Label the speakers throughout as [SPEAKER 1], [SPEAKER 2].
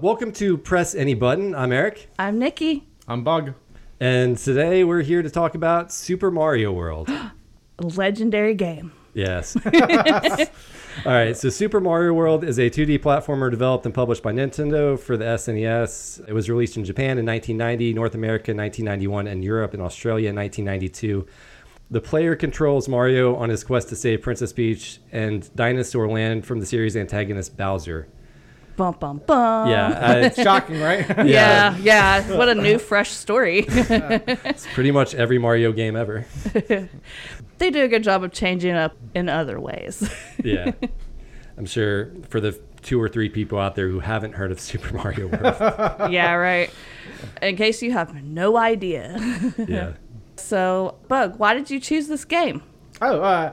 [SPEAKER 1] welcome to Press Any Button. I'm Eric,
[SPEAKER 2] I'm Nikki.
[SPEAKER 3] I'm Bug.
[SPEAKER 1] and today we're here to talk about Super Mario World.
[SPEAKER 2] Legendary game.
[SPEAKER 1] Yes. All right. So, Super Mario World is a 2D platformer developed and published by Nintendo for the SNES. It was released in Japan in 1990, North America in 1991, and Europe and Australia in 1992. The player controls Mario on his quest to save Princess Peach and Dinosaur Land from the series antagonist Bowser.
[SPEAKER 2] Bum bum bum.
[SPEAKER 1] Yeah, I-
[SPEAKER 3] Shocking, right?
[SPEAKER 2] Yeah, yeah. What a new, fresh story.
[SPEAKER 1] it's pretty much every Mario game ever.
[SPEAKER 2] they do a good job of changing up in other ways.
[SPEAKER 1] Yeah. I'm sure for the two or three people out there who haven't heard of Super Mario World.
[SPEAKER 2] yeah, right. In case you have no idea.
[SPEAKER 1] Yeah.
[SPEAKER 2] So, Bug, why did you choose this game?
[SPEAKER 3] oh, uh,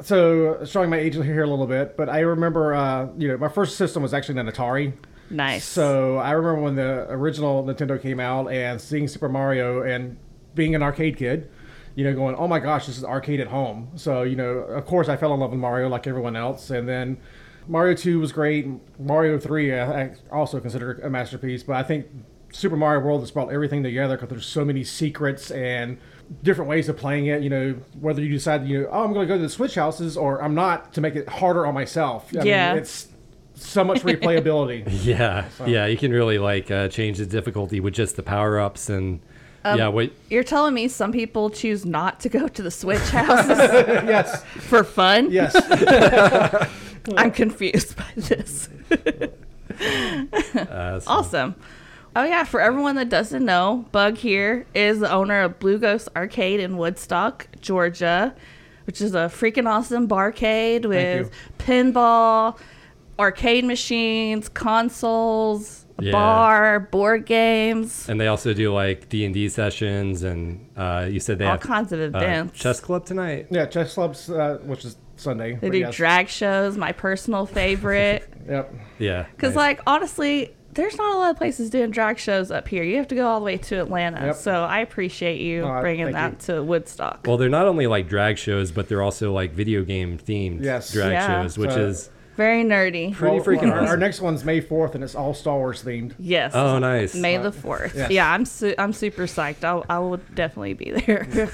[SPEAKER 3] so showing my age here a little bit, but I remember, uh, you know, my first system was actually an Atari.
[SPEAKER 2] Nice.
[SPEAKER 3] So I remember when the original Nintendo came out and seeing Super Mario and being an arcade kid, you know, going, oh my gosh, this is arcade at home. So, you know, of course I fell in love with Mario like everyone else. And then Mario 2 was great. Mario 3, I I also consider a masterpiece, but I think Super Mario World has brought everything together because there's so many secrets and different ways of playing it. You know, whether you decide, you know, oh, I'm going to go to the Switch houses or I'm not to make it harder on myself. I
[SPEAKER 2] Yeah.
[SPEAKER 3] Mean, it's so much replayability.
[SPEAKER 1] Yeah. Yeah. You can really like uh, change the difficulty with just the power ups and
[SPEAKER 2] Um,
[SPEAKER 1] yeah, what
[SPEAKER 2] You're telling me some people choose not to go to the Switch houses
[SPEAKER 3] yes.
[SPEAKER 2] for fun?
[SPEAKER 3] Yes.
[SPEAKER 2] I'm confused by this.
[SPEAKER 1] uh, so-
[SPEAKER 2] Awesome. Oh yeah, for everyone that doesn't know, Bug here is the owner of Blue Ghost Arcade in Woodstock, Georgia, which is a freaking awesome barcade with pinball, arcade machines, consoles, a
[SPEAKER 1] Yeah.
[SPEAKER 2] bar, board games,
[SPEAKER 1] and they also do like D and D sessions, and uh, you said they
[SPEAKER 2] all
[SPEAKER 1] have
[SPEAKER 2] kinds of
[SPEAKER 1] uh,
[SPEAKER 2] events.
[SPEAKER 1] chess club tonight.
[SPEAKER 3] Yeah, chess clubs, uh, which is Sunday.
[SPEAKER 2] they
[SPEAKER 3] but
[SPEAKER 2] do
[SPEAKER 3] yes.
[SPEAKER 2] drag shows, my personal favorite.
[SPEAKER 3] Yep.
[SPEAKER 1] Yeah,
[SPEAKER 2] Because,
[SPEAKER 1] nice.
[SPEAKER 2] like, honestly, there's not a lot of places doing drag shows up here. You have to go all the way to Atlanta.
[SPEAKER 3] Yep.
[SPEAKER 2] So I appreciate you
[SPEAKER 3] Oh, I-
[SPEAKER 2] bringing
[SPEAKER 3] thank
[SPEAKER 2] that to Woodstock.
[SPEAKER 1] well, they're not only like drag shows, but they're also like video game themed
[SPEAKER 3] Yes.
[SPEAKER 1] drag
[SPEAKER 2] Yeah.
[SPEAKER 1] shows, which
[SPEAKER 3] So-
[SPEAKER 1] is
[SPEAKER 2] Very nerdy.
[SPEAKER 1] pretty freaking
[SPEAKER 3] our, our
[SPEAKER 1] awesome.
[SPEAKER 3] next one's May 4th, and it's all Star Wars themed.
[SPEAKER 2] Yes.
[SPEAKER 1] Oh, nice.
[SPEAKER 2] May the fourth.
[SPEAKER 3] yes.
[SPEAKER 2] Yeah, I'm su- I'm super psyched. I'll, I will definitely be there.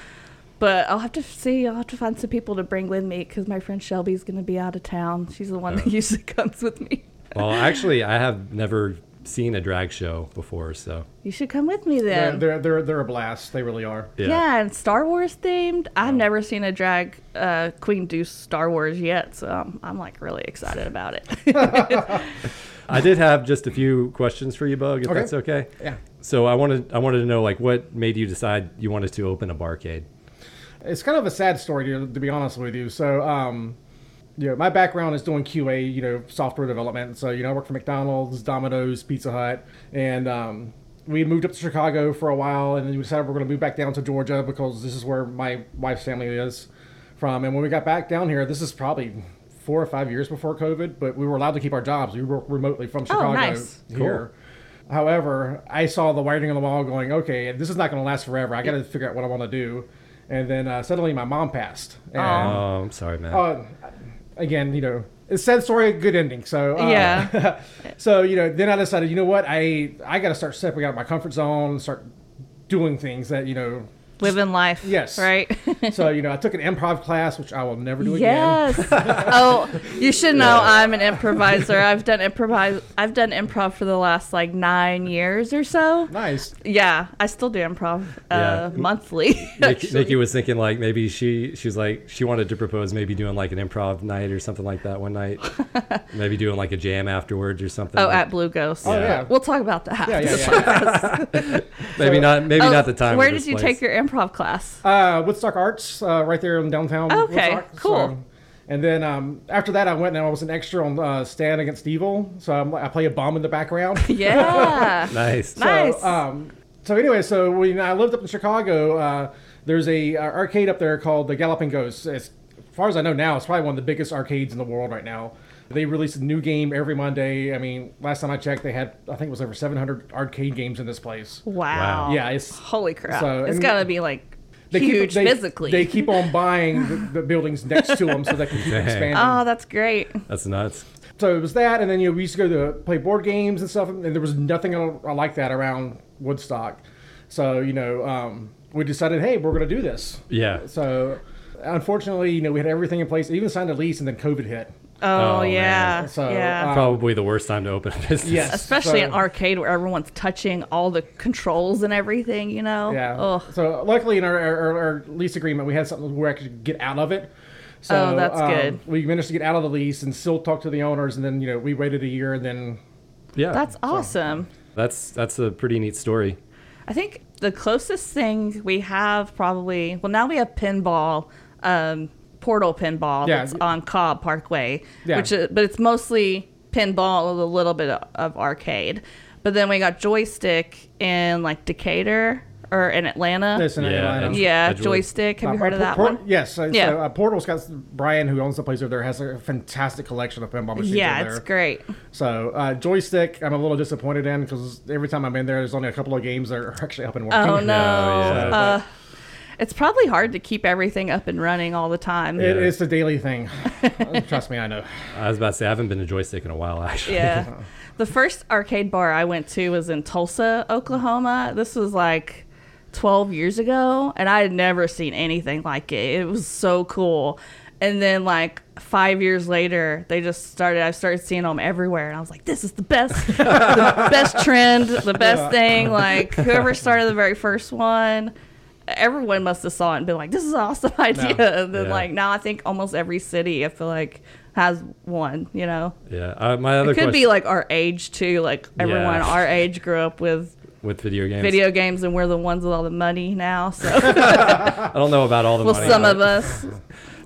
[SPEAKER 2] but I'll have to see. I'll have to find some people to bring with me because my friend Shelby's gonna be out of town. She's the one that usually comes with me.
[SPEAKER 1] Well, actually, I have never seen a drag show before, so
[SPEAKER 2] You should come with me
[SPEAKER 3] They're,
[SPEAKER 2] then.
[SPEAKER 3] they're, they're, they're a blast. They really are.
[SPEAKER 2] yeah.
[SPEAKER 1] yeah.
[SPEAKER 2] and Star Wars themed. I've never seen a drag uh, queen do Star Wars yet, so I'm, I'm like really excited about it.
[SPEAKER 1] I did have just a few questions for you, Bug, if
[SPEAKER 3] Okay.
[SPEAKER 1] that's okay.
[SPEAKER 3] Yeah.
[SPEAKER 1] So I wanted I wanted to know like what made you decide you wanted to open a barcade.
[SPEAKER 3] It's kind of a sad story, to, to be honest with you. So, um, you know, my background is doing QA, you know, software development. So, you know, I worked for McDonald's, Domino's, Pizza Hut, and um, we moved up to Chicago for a while, and then we decided we're going to move back down to Georgia because this is where my wife's family is from. And when we got back down here, this is probably four or five years before COVID, but we were allowed to keep our jobs. We worked remotely from Chicago
[SPEAKER 2] nice.
[SPEAKER 3] here. However, I saw the writing on the wall going, okay, this is not going to last forever. I got to figure out what I want to do. And then uh, suddenly my mom passed. And,
[SPEAKER 1] Oh, I'm sorry, man.
[SPEAKER 3] Um, uh, again, you know, it's sad story, good ending. So uh,
[SPEAKER 2] Yeah.
[SPEAKER 3] so you know, then I decided, you know what, I I got to start stepping out of my comfort zone, start doing things that you know.
[SPEAKER 2] Living life.
[SPEAKER 3] Yes.
[SPEAKER 2] Right.
[SPEAKER 3] so you know, I took an improv class, which I will never do again.
[SPEAKER 2] Yes. oh, you should know I'm an improviser. I've done improvise. I've done improv for the last like nine years or so.
[SPEAKER 3] Nice.
[SPEAKER 2] Yeah, I still do improv
[SPEAKER 1] Yeah.
[SPEAKER 2] uh, monthly.
[SPEAKER 1] Nick, Nikki was thinking like maybe she she's like she wanted to propose maybe doing like an improv night or something like that one night, maybe doing like a jam afterwards or something.
[SPEAKER 2] oh, at Blue Ghost.
[SPEAKER 3] Oh, yeah.
[SPEAKER 2] We'll talk about that.
[SPEAKER 3] Yeah, yeah, yeah.
[SPEAKER 1] maybe not maybe
[SPEAKER 2] Oh,
[SPEAKER 1] not the time. or
[SPEAKER 2] Where
[SPEAKER 1] this
[SPEAKER 2] did you
[SPEAKER 1] place.
[SPEAKER 2] take your improv class?
[SPEAKER 3] uh, Woodstock Arts, uh, right there in downtown.
[SPEAKER 2] Okay,
[SPEAKER 3] Woodstock.
[SPEAKER 2] cool.
[SPEAKER 3] So- and then um, after that, I went and I was an extra on uh, Stand Against Evil, so I'm, I play a bomb in the background.
[SPEAKER 2] Yeah.
[SPEAKER 1] Nice.
[SPEAKER 2] Nice.
[SPEAKER 3] So, um, so anyway, so when I lived up in Chicago, uh, there's a uh, arcade up there called the Galloping Ghost. As far as I know now, it's probably one of the biggest arcades in the world right now. They release a new game every Monday. I mean, last time I checked, they had I think it was over 700 arcade games in this place.
[SPEAKER 2] wow.
[SPEAKER 1] Wow.
[SPEAKER 3] Yeah, it's
[SPEAKER 2] Holy crap.
[SPEAKER 3] So,
[SPEAKER 2] it's
[SPEAKER 3] and-
[SPEAKER 2] gotta be like
[SPEAKER 3] keep-
[SPEAKER 2] huge
[SPEAKER 3] they-
[SPEAKER 2] physically.
[SPEAKER 3] They keep on buying the, the buildings next to them so they can keep expanding.
[SPEAKER 2] oh, that's great.
[SPEAKER 1] That's nuts.
[SPEAKER 3] So it was that, and then you know, we used to go to play board games and stuff, and there was nothing al- like that around Woodstock. So you know, um, we decided, hey, we're going to do this.
[SPEAKER 1] Yeah.
[SPEAKER 3] So unfortunately, you know, we had everything in place, even signed a lease, and then COVID hit.
[SPEAKER 2] Oh,
[SPEAKER 1] Oh,
[SPEAKER 2] yeah,
[SPEAKER 1] man.
[SPEAKER 3] So,
[SPEAKER 2] yeah.
[SPEAKER 3] um,
[SPEAKER 1] Probably the worst time to open a business.
[SPEAKER 3] Yes.
[SPEAKER 2] Especially
[SPEAKER 3] so-
[SPEAKER 2] an arcade where everyone's touching all the controls and everything, you know.
[SPEAKER 3] Yeah.
[SPEAKER 2] Ugh.
[SPEAKER 3] So luckily, in our, our, our lease agreement, we had something where I could get out of it. So, um,
[SPEAKER 2] Oh, that's good.
[SPEAKER 3] We managed to get out of the lease and still talk to the owners, and then you know we waited a year, and then
[SPEAKER 1] Yeah.
[SPEAKER 2] That's awesome.
[SPEAKER 1] that's that's a pretty neat story.
[SPEAKER 2] I think the closest thing we have probably well now we have pinball, um, portal pinball
[SPEAKER 3] Yeah.
[SPEAKER 2] that's on Cobb Parkway,
[SPEAKER 3] Yeah.
[SPEAKER 2] which is, but it's mostly pinball with a little bit of, of arcade. But then we got joystick in like Decatur or in Atlanta.
[SPEAKER 3] this and
[SPEAKER 1] Yeah,
[SPEAKER 3] Atlanta.
[SPEAKER 1] and-
[SPEAKER 2] yeah,
[SPEAKER 1] Edgewood.
[SPEAKER 2] joystick. Have you
[SPEAKER 3] Uh,
[SPEAKER 2] heard of
[SPEAKER 3] Por-
[SPEAKER 2] that
[SPEAKER 3] Por-
[SPEAKER 2] one?
[SPEAKER 3] Yes. So,
[SPEAKER 2] Yeah.
[SPEAKER 3] so, uh, Portal Scott's Brian, who owns the place over there, has a fantastic collection of pinball machines.
[SPEAKER 2] Yeah,
[SPEAKER 3] over
[SPEAKER 2] it's
[SPEAKER 3] there.
[SPEAKER 2] great.
[SPEAKER 3] So uh, joystick, I'm a little disappointed in because every time I'm in there, there's only a couple of games that are actually up and working.
[SPEAKER 2] Oh no,
[SPEAKER 1] yeah.
[SPEAKER 2] uh, it's probably hard to keep everything up and running all the time.
[SPEAKER 3] It- it's a daily thing. Trust me, I know.
[SPEAKER 1] I was about to say I haven't been to joystick in a while actually.
[SPEAKER 2] Yeah. The first arcade bar I went to was in Tulsa, Oklahoma. This was like 12 years ago, and I had never seen anything like it. It was so cool. And then, like, five years later, they just started, I started seeing them everywhere, and I was like, this is the best, the best trend, the best thing. Like, whoever started the very first one. Everyone must have saw it and been like, "This is an awesome idea." And then,
[SPEAKER 1] Yeah.
[SPEAKER 2] like now, I think almost every city I feel like has one. You know,
[SPEAKER 1] Yeah. Uh, my other
[SPEAKER 2] it could
[SPEAKER 1] question
[SPEAKER 2] be like our age too. Like everyone
[SPEAKER 1] Yeah.
[SPEAKER 2] our age grew up with
[SPEAKER 1] with video games.
[SPEAKER 2] video games, and we're the ones with all the money now. So,
[SPEAKER 1] I don't know about all the
[SPEAKER 2] well,
[SPEAKER 1] money.
[SPEAKER 2] some of us.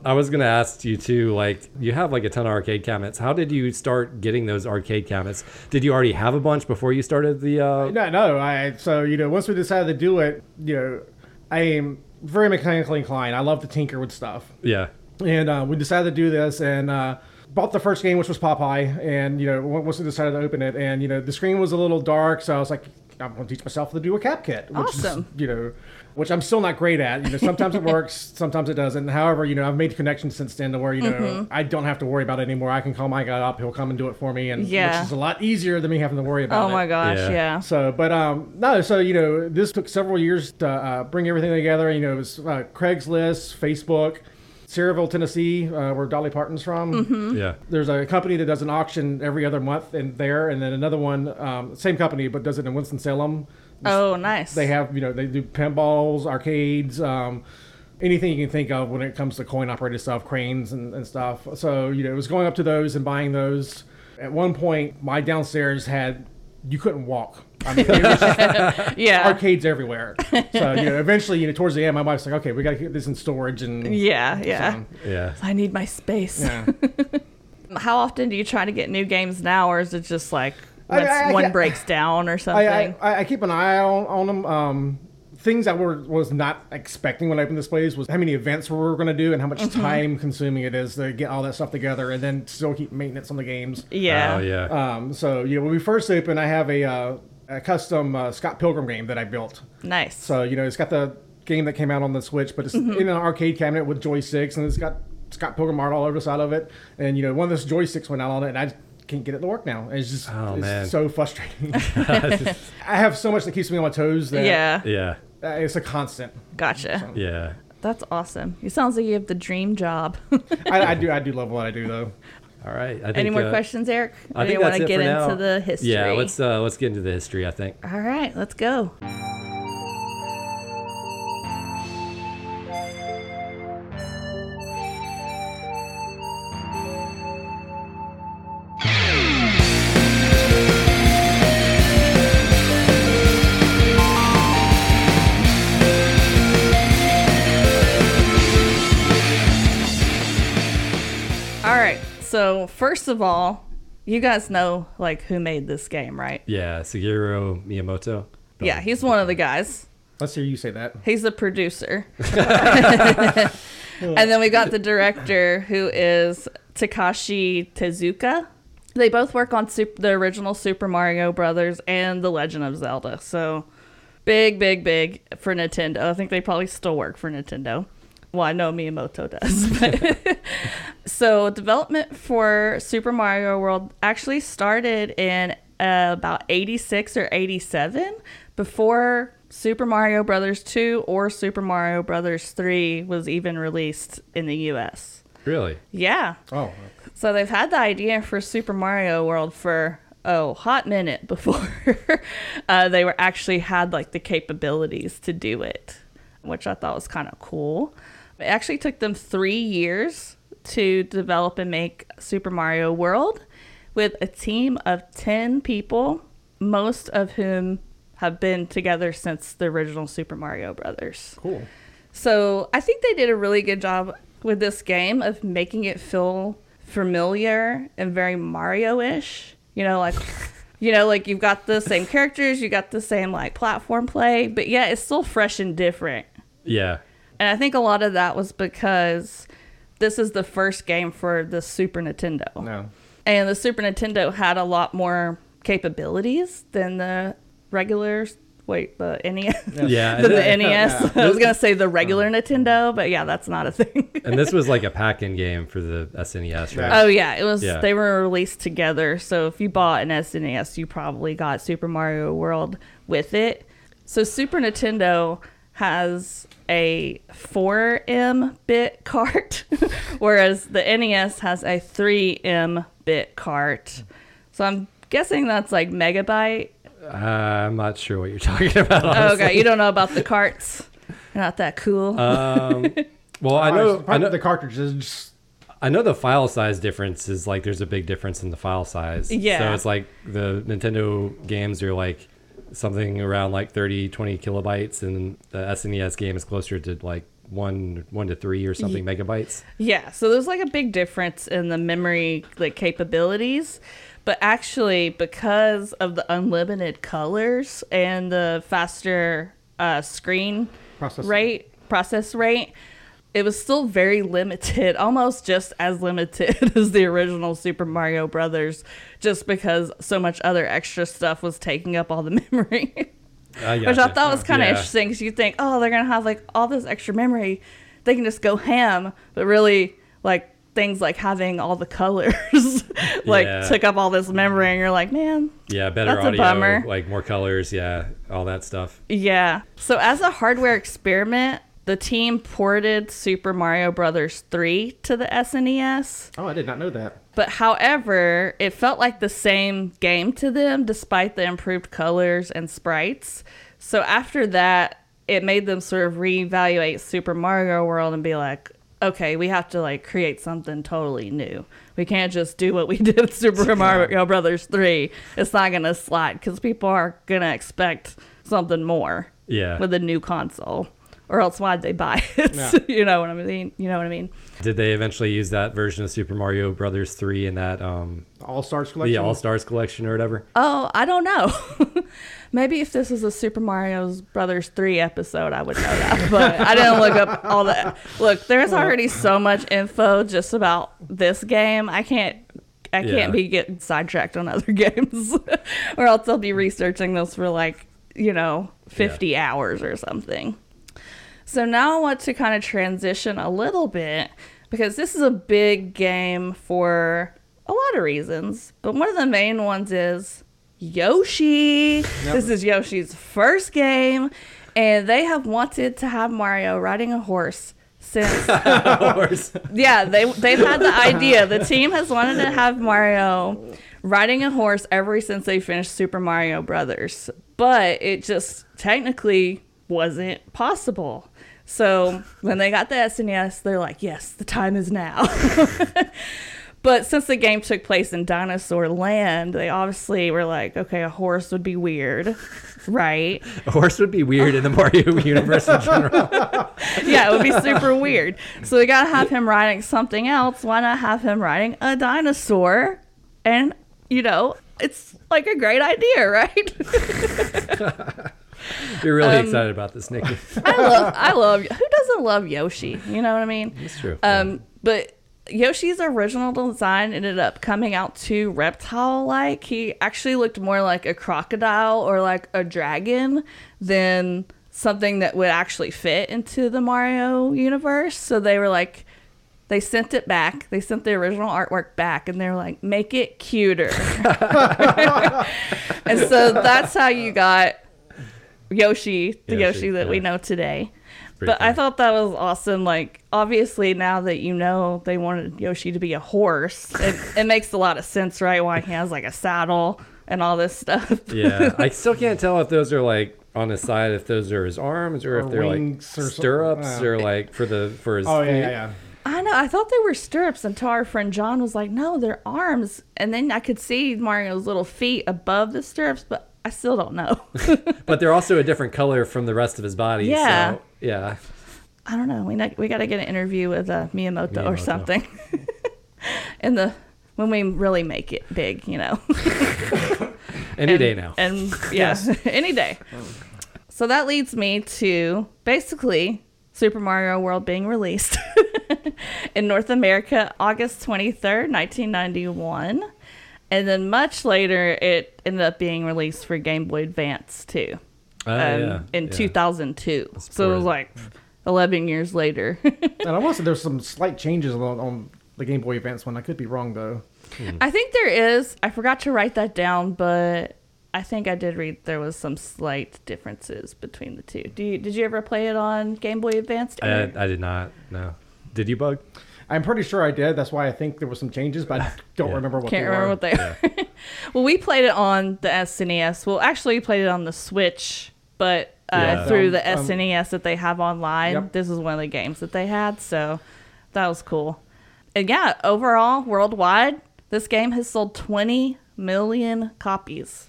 [SPEAKER 1] I was gonna ask you too. Like, you have like a ton of arcade cabinets. How did you start getting those arcade cabinets? Did you already have a bunch before you started the? Uh,
[SPEAKER 3] No, no. I so you know once we decided to do it, you know, I am very mechanically inclined. I love to tinker with stuff,
[SPEAKER 1] yeah,
[SPEAKER 3] and uh, we decided to do this and uh, bought the first game, which was Popeye. And you know on- once we decided to open it, and you know the screen was a little dark, so I was like, I'm going to teach myself to do a cap kit, which
[SPEAKER 2] Awesome.
[SPEAKER 3] is you know. Which I'm still not great at. You know, sometimes it works, sometimes it doesn't. However, you know, I've made connections since then to where you know
[SPEAKER 2] Mm-hmm.
[SPEAKER 3] I don't have to worry about it anymore. I can call my guy up; he'll come and do it for me, and
[SPEAKER 2] Yeah.
[SPEAKER 3] which is a lot easier than me having to worry about
[SPEAKER 2] Oh
[SPEAKER 3] it.
[SPEAKER 2] my gosh,
[SPEAKER 1] Yeah.
[SPEAKER 2] yeah.
[SPEAKER 3] So, but um, no, so you know, this took several years to uh, bring everything together. You know, it was uh, Craigslist, Facebook, Sayreville, Tennessee, uh, where Dolly Parton's from.
[SPEAKER 2] Hmm?
[SPEAKER 1] yeah,
[SPEAKER 3] There's a company that does an auction every other month in there, and then another one, um, same company, but does it in Winston Salem.
[SPEAKER 2] Oh, nice.
[SPEAKER 3] They have, you know, they do pinballs, arcades, um, anything you can think of when it comes to coin operated stuff, cranes and, and stuff. So, you know, it was going up to those and buying those. At one point, my downstairs had, you couldn't walk. I mean, it was just
[SPEAKER 2] yeah.
[SPEAKER 3] arcades everywhere. So, you know, eventually, you know, towards the end, my wife's like, okay, we got to get this in storage. And
[SPEAKER 2] yeah, yeah.
[SPEAKER 3] um,
[SPEAKER 1] yeah.
[SPEAKER 2] I need my space.
[SPEAKER 3] yeah.
[SPEAKER 2] How often do you try to get new games now, or is it just like
[SPEAKER 3] I-
[SPEAKER 2] once
[SPEAKER 3] I- I-
[SPEAKER 2] one breaks down or something?
[SPEAKER 3] I, I,
[SPEAKER 1] Oh,
[SPEAKER 3] I- I keep an eye on, on them. Um, things I were, was not expecting when I opened this place was how many events we were going to do and how much time consuming it is to get all that stuff together and then still keep maintenance on the games.
[SPEAKER 2] yeah.
[SPEAKER 1] Oh yeah.
[SPEAKER 3] Um, so, you know, when we first opened, I have a, uh, a custom uh, Scott Pilgrim game that I built.
[SPEAKER 2] Nice.
[SPEAKER 3] So, you know, it's got the game that came out on the Switch, but it's in an arcade cabinet with joysticks and it's got Scott Pilgrim art all over the side of it. And, you know, one of those joysticks went out on it and I just can't get it to work now. It's just
[SPEAKER 1] Oh,
[SPEAKER 3] it's
[SPEAKER 1] man.
[SPEAKER 3] so frustrating. I have so much that keeps me on my toes that
[SPEAKER 2] yeah.
[SPEAKER 1] yeah.
[SPEAKER 3] uh, it's a constant.
[SPEAKER 2] Gotcha.
[SPEAKER 1] Yeah.
[SPEAKER 2] That's awesome. It sounds like you have the dream job.
[SPEAKER 3] I, I do I do love what I do though.
[SPEAKER 1] All right. I think,
[SPEAKER 2] Any more
[SPEAKER 1] uh,
[SPEAKER 2] questions, Eric?
[SPEAKER 1] I
[SPEAKER 2] Or do
[SPEAKER 1] think
[SPEAKER 2] you wanna
[SPEAKER 1] that's it
[SPEAKER 2] get
[SPEAKER 1] for now.
[SPEAKER 2] into the history?
[SPEAKER 1] Yeah. Let's uh, let's get into the history. I think.
[SPEAKER 2] All right, let's go. All right. So, first of all, you guys know like who made this game, right?
[SPEAKER 1] Yeah. Sugiro Miyamoto.
[SPEAKER 2] Yeah, he's one of the guys.
[SPEAKER 3] Let's hear you say that.
[SPEAKER 2] He's the producer. and then we got the director, who is Takashi Tezuka. They both work on sup- the original Super Mario Brothers and The Legend of Zelda. So big, big, big for Nintendo. I think they probably still work for Nintendo. Well, I know Miyamoto does. but- So development for Super Mario World actually started in uh, about 86 or 87 before Super Mario Brothers 2 or Super Mario Brothers 3 was even released in the US.
[SPEAKER 1] Really?
[SPEAKER 2] Yeah.
[SPEAKER 3] Oh,
[SPEAKER 2] So they've had the idea for Super Mario World for oh hot minute before uh, they were actually had like the capabilities to do it, which I thought was kind of cool. It actually took them three years to develop and make Super Mario World with a team of ten people, most of whom have been together since the original Super Mario Brothers.
[SPEAKER 3] cool.
[SPEAKER 2] So I think they did a really good job with this game of making it feel familiar and very Mario-ish. You know, like you know, like you've got the same characters, you got the same like platform play, but yeah, it's still fresh and different.
[SPEAKER 1] Yeah.
[SPEAKER 2] And I think a lot of that was because this is the first game for the Super Nintendo.
[SPEAKER 3] No.
[SPEAKER 2] And the Super Nintendo had a lot more capabilities than the regular wait, the E NES.
[SPEAKER 1] Yeah.
[SPEAKER 2] The,
[SPEAKER 1] and,
[SPEAKER 2] the
[SPEAKER 1] thi-
[SPEAKER 2] NES. I was gonna say the regular Nintendo, but yeah, that's not a thing.
[SPEAKER 1] and this was like a pack-in game for the SNES, right?
[SPEAKER 2] oh yeah, it was.
[SPEAKER 1] Yeah.
[SPEAKER 2] They were released together, so if you bought an SNES, you probably got Super Mario World with it. So Super Nintendo has a 4M bit cart, whereas the NES has a 3M bit cart. So I'm guessing that's like megabyte. Oh,
[SPEAKER 1] Uh, I'm not sure what you're talking about. honestly.
[SPEAKER 2] Okay, you don't know about the carts. You're Not that cool.
[SPEAKER 1] Um, well, I know, I
[SPEAKER 3] Probably
[SPEAKER 1] know,
[SPEAKER 3] the cartridges. Just,
[SPEAKER 1] I know the file size difference is like there's a big difference in the file size. So
[SPEAKER 2] Yeah.
[SPEAKER 1] it's like the Nintendo games are like something around like 30, 20 kilobytes, and the SNES game is closer to like one, one to three or something megabytes.
[SPEAKER 2] Yeah, so there's like a big difference in the memory like capabilities, but actually because of the unlimited colors and the faster uh, screen
[SPEAKER 3] Processing.
[SPEAKER 2] rate process rate, it was still very limited, almost just as limited as the original Super Mario Brothers, just because so much other extra stuff was taking up all the memory.
[SPEAKER 1] Uh, yeah,
[SPEAKER 2] Which I thought was kind of
[SPEAKER 1] Yeah.
[SPEAKER 2] interesting because you think, oh, they're gonna have like all this extra memory, they can just go ham. But really, like things like having all the colors, like
[SPEAKER 1] Yeah.
[SPEAKER 2] took up all this memory, and you're like, man,
[SPEAKER 1] Yeah, better
[SPEAKER 2] That's a
[SPEAKER 1] audio,
[SPEAKER 2] bummer.
[SPEAKER 1] like more colors, yeah, all that stuff.
[SPEAKER 2] yeah. So as a hardware experiment, the team ported Super Mario Brothers three to the E SNES.
[SPEAKER 3] oh, I did not know that.
[SPEAKER 2] But however, it felt like the same game to them despite the improved colors and sprites. So after that, it made them sort of reevaluate Super Mario World and be like, okay, we have to like create something totally new. We can't just do what we did with Super Mario Brothers 3. It's not going to slide because people are going to expect something more
[SPEAKER 1] Yeah.
[SPEAKER 2] with a new console. Or else why'd they buy it?
[SPEAKER 3] Yeah.
[SPEAKER 2] you know what I mean? You know what I mean?
[SPEAKER 1] Did they eventually use that version of Super Mario Brothers 3 in that, um,
[SPEAKER 3] All Stars
[SPEAKER 1] the
[SPEAKER 3] collection.
[SPEAKER 1] All Stars collection or whatever?
[SPEAKER 2] Oh, I don't know. Maybe if this was a Super Mario's Brothers 3 episode, I would know that. But I didn't look up all that. Look, there's already so much info just about this game. I can't I
[SPEAKER 1] Yeah.
[SPEAKER 2] can't be getting sidetracked on other games or else I'll be researching this for like, you know, 50 hours or something. So now I want to kind of transition a little bit because this is a big game for a lot of reasons, but one of the main ones is Yoshi. This is Yoshi's first game, and they have wanted to have Mario riding a horse since
[SPEAKER 1] Horse.
[SPEAKER 2] yeah, they they've had the idea. The team has wanted to have Mario riding a horse ever since they finished Super Mario Brothers, but it just technically wasn't possible. So when they got the SNES, they're like, "Yes, the time is now." but since the game took place in Dinosaur Land, they obviously were like, "Okay, a horse would be weird, right?"
[SPEAKER 1] A horse would be weird in the Mario universe in general.
[SPEAKER 2] yeah, it would be super weird. So we gotta have him riding something else. Why not have him riding a dinosaur? And you know, it's like a great idea, right?
[SPEAKER 1] You're really
[SPEAKER 2] Um,
[SPEAKER 1] excited about this, Nikki.
[SPEAKER 2] I love, I love. Who doesn't love Yoshi? You know what I mean?
[SPEAKER 1] That's true.
[SPEAKER 2] Um, but Yoshi's original design ended up coming out too reptile like. He actually looked more like a crocodile or like a dragon than something that would actually fit into the Mario universe. So they were like, They sent it back. They sent the original artwork back, and they're like, "Make it cuter." and so that's how you got Yoshi, the Yoshi,
[SPEAKER 1] Yoshi,
[SPEAKER 2] that we
[SPEAKER 1] yeah.
[SPEAKER 2] know today.
[SPEAKER 1] Pretty
[SPEAKER 2] but I
[SPEAKER 1] cool.
[SPEAKER 2] thought that was awesome. Like, obviously, now that you know they wanted Yoshi to be a horse, it, it makes a lot of sense, right? Why he has like a saddle and all this stuff.
[SPEAKER 1] yeah, I still can't tell if those are like on his side, if those are his arms, or,
[SPEAKER 3] Or
[SPEAKER 1] if they're like
[SPEAKER 3] wings or something. Oh,
[SPEAKER 1] stirrups,
[SPEAKER 3] Yeah.
[SPEAKER 1] or like for the for his.
[SPEAKER 3] Oh yeah,
[SPEAKER 1] feet.
[SPEAKER 3] yeah, yeah.
[SPEAKER 2] I know. I thought they were stirrups until our friend John was like, no, they're arms. And then I could see Mario's little feet above the stirrups, but I still don't know.
[SPEAKER 1] But they're also a different color from the rest of his body.
[SPEAKER 2] Yeah.
[SPEAKER 1] So, yeah.
[SPEAKER 2] I don't know. We ne- we got to get an interview with uh, Miyamoto, or
[SPEAKER 1] Miyamoto.
[SPEAKER 2] something. In the when we really make it big, you know.
[SPEAKER 1] Any day now.
[SPEAKER 2] And yeah, any day. So that leads me to basically Super Mario World being released in North America August 23rd, 1991. And then much later, it ended up being released for Game Boy Advance too
[SPEAKER 1] Oh,
[SPEAKER 2] um,
[SPEAKER 1] yeah,
[SPEAKER 2] in
[SPEAKER 1] yeah.
[SPEAKER 2] 2002. So
[SPEAKER 1] poor
[SPEAKER 2] it was
[SPEAKER 1] as-
[SPEAKER 2] like 11 years later.
[SPEAKER 3] And I want to say there's some slight changes on, on the Game Boy Advance one. I could be wrong though.
[SPEAKER 2] I think there is. I forgot to write that down, but I think I did read there was some slight differences between the two. Do you, did you ever play it on Game Boy Advance?
[SPEAKER 3] Uh,
[SPEAKER 1] I, I did not. No. Did you bug?
[SPEAKER 3] I'm pretty sure I did. That's why I think there were some changes, but I don't
[SPEAKER 1] Yeah.
[SPEAKER 3] remember what
[SPEAKER 2] Can't
[SPEAKER 3] they
[SPEAKER 2] remember
[SPEAKER 3] were.
[SPEAKER 2] what they are. well, we played it on the SNES. Well, actually, we played it on the Switch, but uh,
[SPEAKER 1] Yeah.
[SPEAKER 2] through
[SPEAKER 3] Um,
[SPEAKER 2] the
[SPEAKER 3] um,
[SPEAKER 2] SNES that they have online.
[SPEAKER 3] Yep.
[SPEAKER 2] This is one of the games that they had, so that was cool. And yeah, overall, worldwide, this game has sold 20 million copies.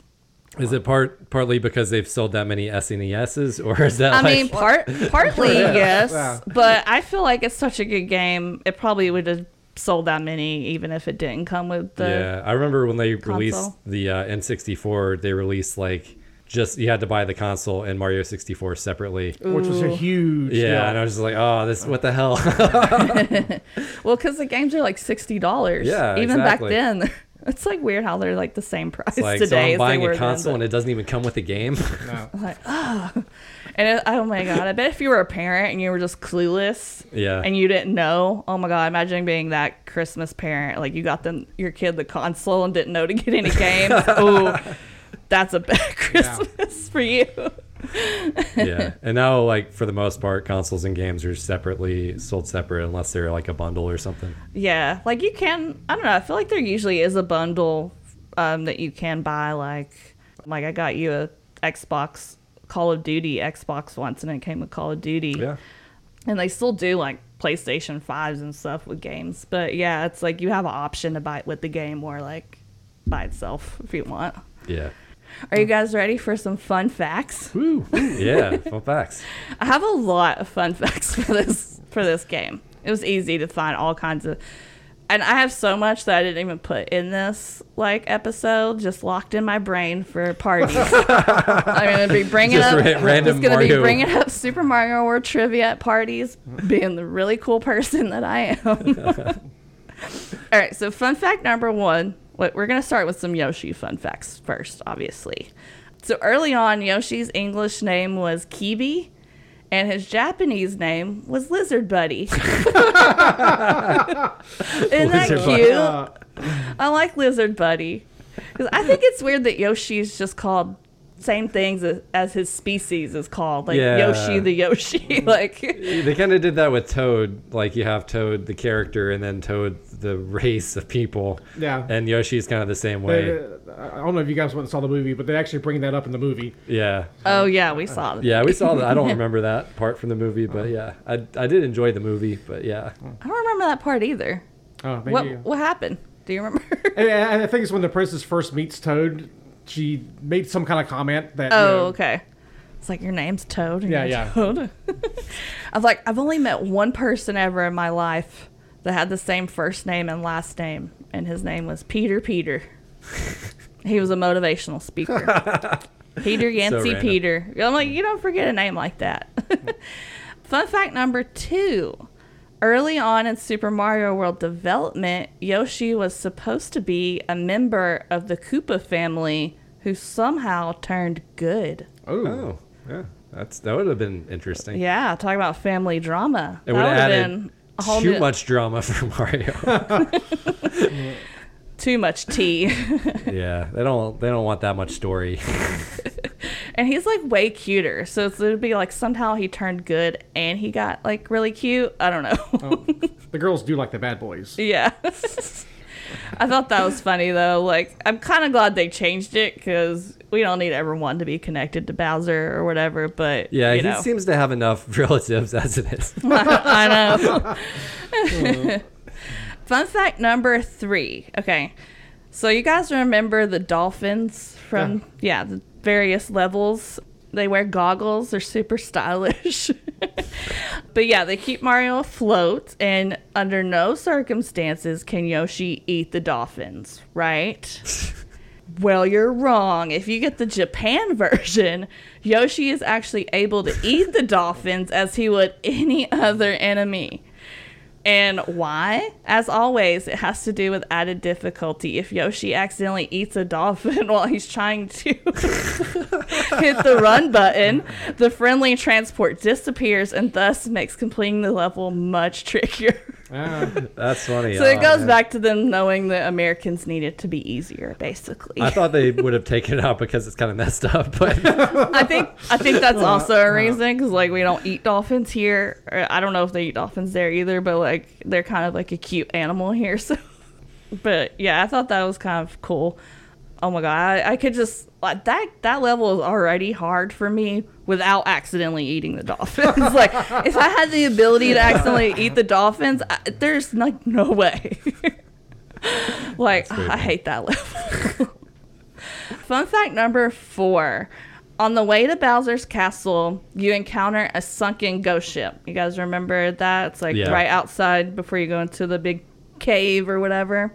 [SPEAKER 1] Is it part partly because they've sold that many SNESs, or is that
[SPEAKER 2] I
[SPEAKER 1] like
[SPEAKER 2] mean, part partly yes,
[SPEAKER 3] Yeah.
[SPEAKER 2] but I feel like it's such a good game. It probably would have sold that many, even if it didn't come with the.
[SPEAKER 1] yeah, I remember when they released
[SPEAKER 2] console.
[SPEAKER 1] the uh, N64, they released like just you had to buy the console and Mario 64 separately.
[SPEAKER 3] Which was a
[SPEAKER 2] Ooh.
[SPEAKER 3] huge
[SPEAKER 1] Yeah,
[SPEAKER 3] deal.
[SPEAKER 1] and I was just like, oh, this what the hell?
[SPEAKER 2] Well, because the games are like sixty dollars.
[SPEAKER 1] Yeah,
[SPEAKER 2] even
[SPEAKER 1] exactly.
[SPEAKER 2] back then, it's like weird how they're like the same price
[SPEAKER 1] like, so
[SPEAKER 2] today.
[SPEAKER 1] I'm
[SPEAKER 2] as
[SPEAKER 1] buying
[SPEAKER 2] they were
[SPEAKER 1] a
[SPEAKER 2] then,
[SPEAKER 1] console
[SPEAKER 2] but-
[SPEAKER 1] and it doesn't even come with a game.
[SPEAKER 3] No.
[SPEAKER 2] And it, oh my god, I bet if you were a parent and you were just clueless,
[SPEAKER 1] Yeah.
[SPEAKER 2] and you didn't know, oh my god, imagine being that Christmas parent, like you got them your kid the console and didn't know to get any games. Ooh, that's a bad Christmas for you.
[SPEAKER 1] yeah, and now like for the most part, consoles and games are separately sold separate unless they're like a bundle or something.
[SPEAKER 2] Yeah, like you can. I don't know. I feel like there usually is a bundle um, that you can buy. Like, like I got you a Xbox Call of Duty Xbox once, and it came with Call of Duty.
[SPEAKER 1] Yeah,
[SPEAKER 2] and they still do like PlayStation fives and stuff with games. But yeah, it's like you have an option to buy it with the game or like by itself if you want.
[SPEAKER 1] yeah,
[SPEAKER 2] Are you guys ready for some fun facts?
[SPEAKER 1] woo, yeah. Fun facts.
[SPEAKER 2] I have a lot of fun facts for this for this game. It was easy to find all kinds of and I have so much that I didn't even put in this like episode, just locked in my brain for parties. I'm gonna be bringing
[SPEAKER 1] Just
[SPEAKER 2] up
[SPEAKER 1] ra- random
[SPEAKER 2] just gonna be
[SPEAKER 1] Mario.
[SPEAKER 2] bringing up Super Mario World trivia at parties, being the really cool person that I am. all right, so fun fact number one. What we're gonna start with some Yoshi fun facts first, obviously. So early on, Yoshi's English name was Kibi, and his Japanese name was Lizard Buddy. Isn't that
[SPEAKER 1] Lizard Buddy.
[SPEAKER 2] cute?
[SPEAKER 3] Uh,
[SPEAKER 2] I like Lizard Buddy. 'Cause I think it's weird that Yoshi's just called same things as, as his species is called, like
[SPEAKER 1] Yeah.
[SPEAKER 2] Yoshi the Yoshi. like,
[SPEAKER 1] They kind of did that with Toad. Like you have Toad the character, and then Toad the race of people.
[SPEAKER 3] Yeah.
[SPEAKER 1] And Yoshi's kind of the same way.
[SPEAKER 3] they- uh, I don't know if you guys went and saw the movie, but they actually bring that up in the movie.
[SPEAKER 1] yeah.
[SPEAKER 2] oh yeah, we saw that.
[SPEAKER 1] Yeah, we saw that. I don't remember that part from the movie, but yeah, I, I did enjoy the movie, but yeah,
[SPEAKER 2] I don't remember that part either.
[SPEAKER 3] Oh, maybe.
[SPEAKER 2] What what happened? Do you remember?
[SPEAKER 3] And, and I think it's when the princess first meets Toad. She made some kind of comment that. you
[SPEAKER 2] oh,
[SPEAKER 3] know,
[SPEAKER 2] okay. It's like your name's Toad. And
[SPEAKER 3] Yeah,
[SPEAKER 2] you're
[SPEAKER 3] yeah.
[SPEAKER 2] Toad. I was like, I've only met one person ever in my life that had the same first name and last name, and his name was Peter Peter. he was a motivational speaker. Peter Yancey
[SPEAKER 1] random.
[SPEAKER 2] Peter. I'm like, you don't forget a name like that. Fun fact number two. Early on in Super Mario World development, Yoshi was supposed to be a member of the Koopa family who somehow turned good.
[SPEAKER 3] Oh.
[SPEAKER 1] oh yeah, that's that would have been interesting.
[SPEAKER 2] Yeah, talk about family drama.
[SPEAKER 1] It
[SPEAKER 2] that
[SPEAKER 1] would have
[SPEAKER 2] would've
[SPEAKER 1] added
[SPEAKER 2] been a whole
[SPEAKER 1] Too
[SPEAKER 2] new-
[SPEAKER 1] much drama for Mario.
[SPEAKER 2] too much tea.
[SPEAKER 1] yeah, they don't they don't want that much story.
[SPEAKER 2] and he's like way cuter. So it's, it'd be like somehow he turned good and he got like really cute. I don't know.
[SPEAKER 1] Oh.
[SPEAKER 3] The girls do like the bad boys.
[SPEAKER 2] yeah. I thought that was funny though. Like, I'm kind of glad they changed it because we don't need everyone to be connected to Bowser or whatever. But
[SPEAKER 1] Yeah,
[SPEAKER 2] you
[SPEAKER 1] he
[SPEAKER 2] know.
[SPEAKER 1] seems to have enough relatives as it is.
[SPEAKER 2] I know. Fun fact number three. Okay. So you guys remember the dolphins from yeah, the various levels. They wear goggles, they're super stylish. but yeah, they keep Mario afloat and under no circumstances can Yoshi eat the dolphins, right? Well, you're wrong. If you get the Japan version, Yoshi is actually able to eat the dolphins as he would any other enemy. And why? As always, it has to do with added difficulty. If Yoshi accidentally eats a dolphin while he's trying to hit the run button, the friendly transport disappears and thus makes completing the level much trickier.
[SPEAKER 3] Ah,
[SPEAKER 1] That's funny.
[SPEAKER 2] So it
[SPEAKER 1] Aw,
[SPEAKER 2] goes
[SPEAKER 1] man.
[SPEAKER 2] back to them knowing that Americans need it to be easier, basically.
[SPEAKER 1] I thought they would have taken it out because it's kind of messed up, but
[SPEAKER 2] I think I think that's also a reason because like we don't eat dolphins here. Or I don't know if they eat dolphins there either, but like they're kind of like a cute animal here. So, but yeah, I thought that was kind of cool. Oh my god, I, I could just like that that level is already hard for me without accidentally eating the dolphins. like if I had the ability to accidentally eat the dolphins, I, there's like no way. like
[SPEAKER 1] pretty
[SPEAKER 2] I
[SPEAKER 1] funny.
[SPEAKER 2] hate that level. Fun fact number four. On the way to Bowser's castle, you encounter a sunken ghost ship. You guys remember that? It's like
[SPEAKER 1] Yeah.
[SPEAKER 2] right outside before you go into the big cave or whatever.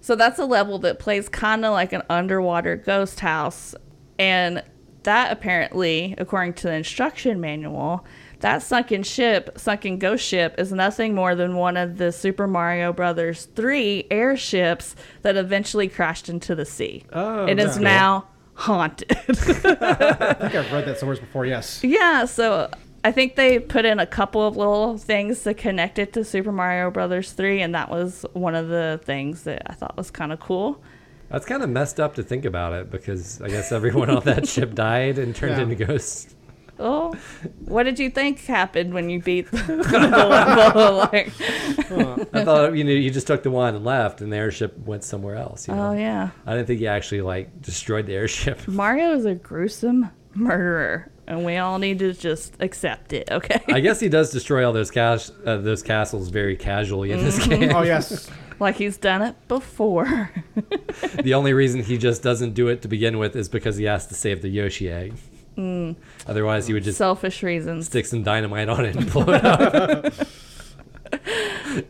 [SPEAKER 2] So that's a level that plays kind of like an underwater ghost house. And that apparently, according to the instruction manual, that sunken ship, sunken ghost ship, is nothing more than one of the Super Mario Brothers 3 airships that eventually crashed into the sea.
[SPEAKER 1] Oh,
[SPEAKER 2] it is
[SPEAKER 1] that's cool.
[SPEAKER 2] now haunted.
[SPEAKER 3] I think I've read that somewhere before. Yes.
[SPEAKER 2] Yeah, so I think they put in a couple of little things to connect it to Super Mario Brothers 3, and that was one of the things that I thought was kind of cool.
[SPEAKER 1] that's kind of messed up to think about it because I guess everyone on that ship died and turned
[SPEAKER 3] Yeah.
[SPEAKER 1] into ghosts.
[SPEAKER 2] Oh, what did you think happened when you beat the level? Like,
[SPEAKER 1] I thought you know you just took the one and left, and the airship went somewhere else. You know?
[SPEAKER 2] oh, yeah.
[SPEAKER 1] I didn't think you actually like destroyed the airship.
[SPEAKER 2] Mario is a gruesome murderer, and we all need to just accept it, okay?
[SPEAKER 1] I guess he does destroy all those cas- uh, those castles very casually in this game.
[SPEAKER 3] Oh yes.
[SPEAKER 2] like he's done it before.
[SPEAKER 1] the only reason he just doesn't do it to begin with is because he has to save the Yoshi egg. Otherwise, he would just
[SPEAKER 2] Selfish reasons.
[SPEAKER 1] stick some dynamite on it and blow it up.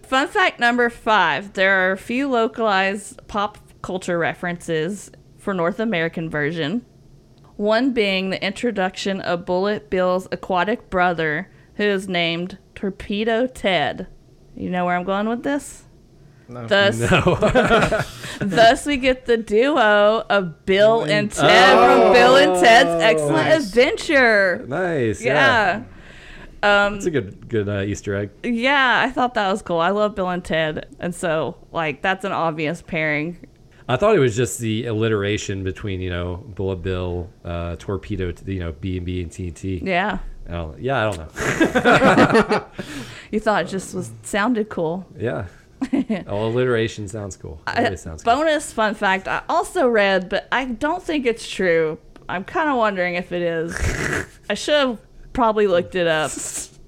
[SPEAKER 2] Fun fact number five there are a few localized pop culture references for North American version. One being the introduction of Bullet Bill's aquatic brother, who is named Torpedo Ted. You know where I'm going with this?
[SPEAKER 3] No.
[SPEAKER 2] Thus,
[SPEAKER 1] no,
[SPEAKER 2] thus we get the duo of Bill and Ted from Bill and Ted's Excellent
[SPEAKER 3] Oh. Nice.
[SPEAKER 2] Adventure.
[SPEAKER 1] nice. Yeah,
[SPEAKER 2] Yeah.
[SPEAKER 1] it's a good good uh, Easter egg.
[SPEAKER 2] Yeah, I thought that was cool. I love Bill and Ted. And so, like, that's an obvious pairing.
[SPEAKER 1] I thought it was just the alliteration between you know Bullet Bill, uh, Torpedo, to the, you know B and B and TNT.
[SPEAKER 2] Yeah.
[SPEAKER 1] I don't- yeah, I don't know.
[SPEAKER 2] You thought it just was sounded cool.
[SPEAKER 1] Yeah. All alliteration sounds cool. It really
[SPEAKER 2] I-
[SPEAKER 1] sounds cool.
[SPEAKER 2] Uh, bonus fun fact I also read, but I don't think it's true. I'm kind of wondering if it is. I should have probably looked it up.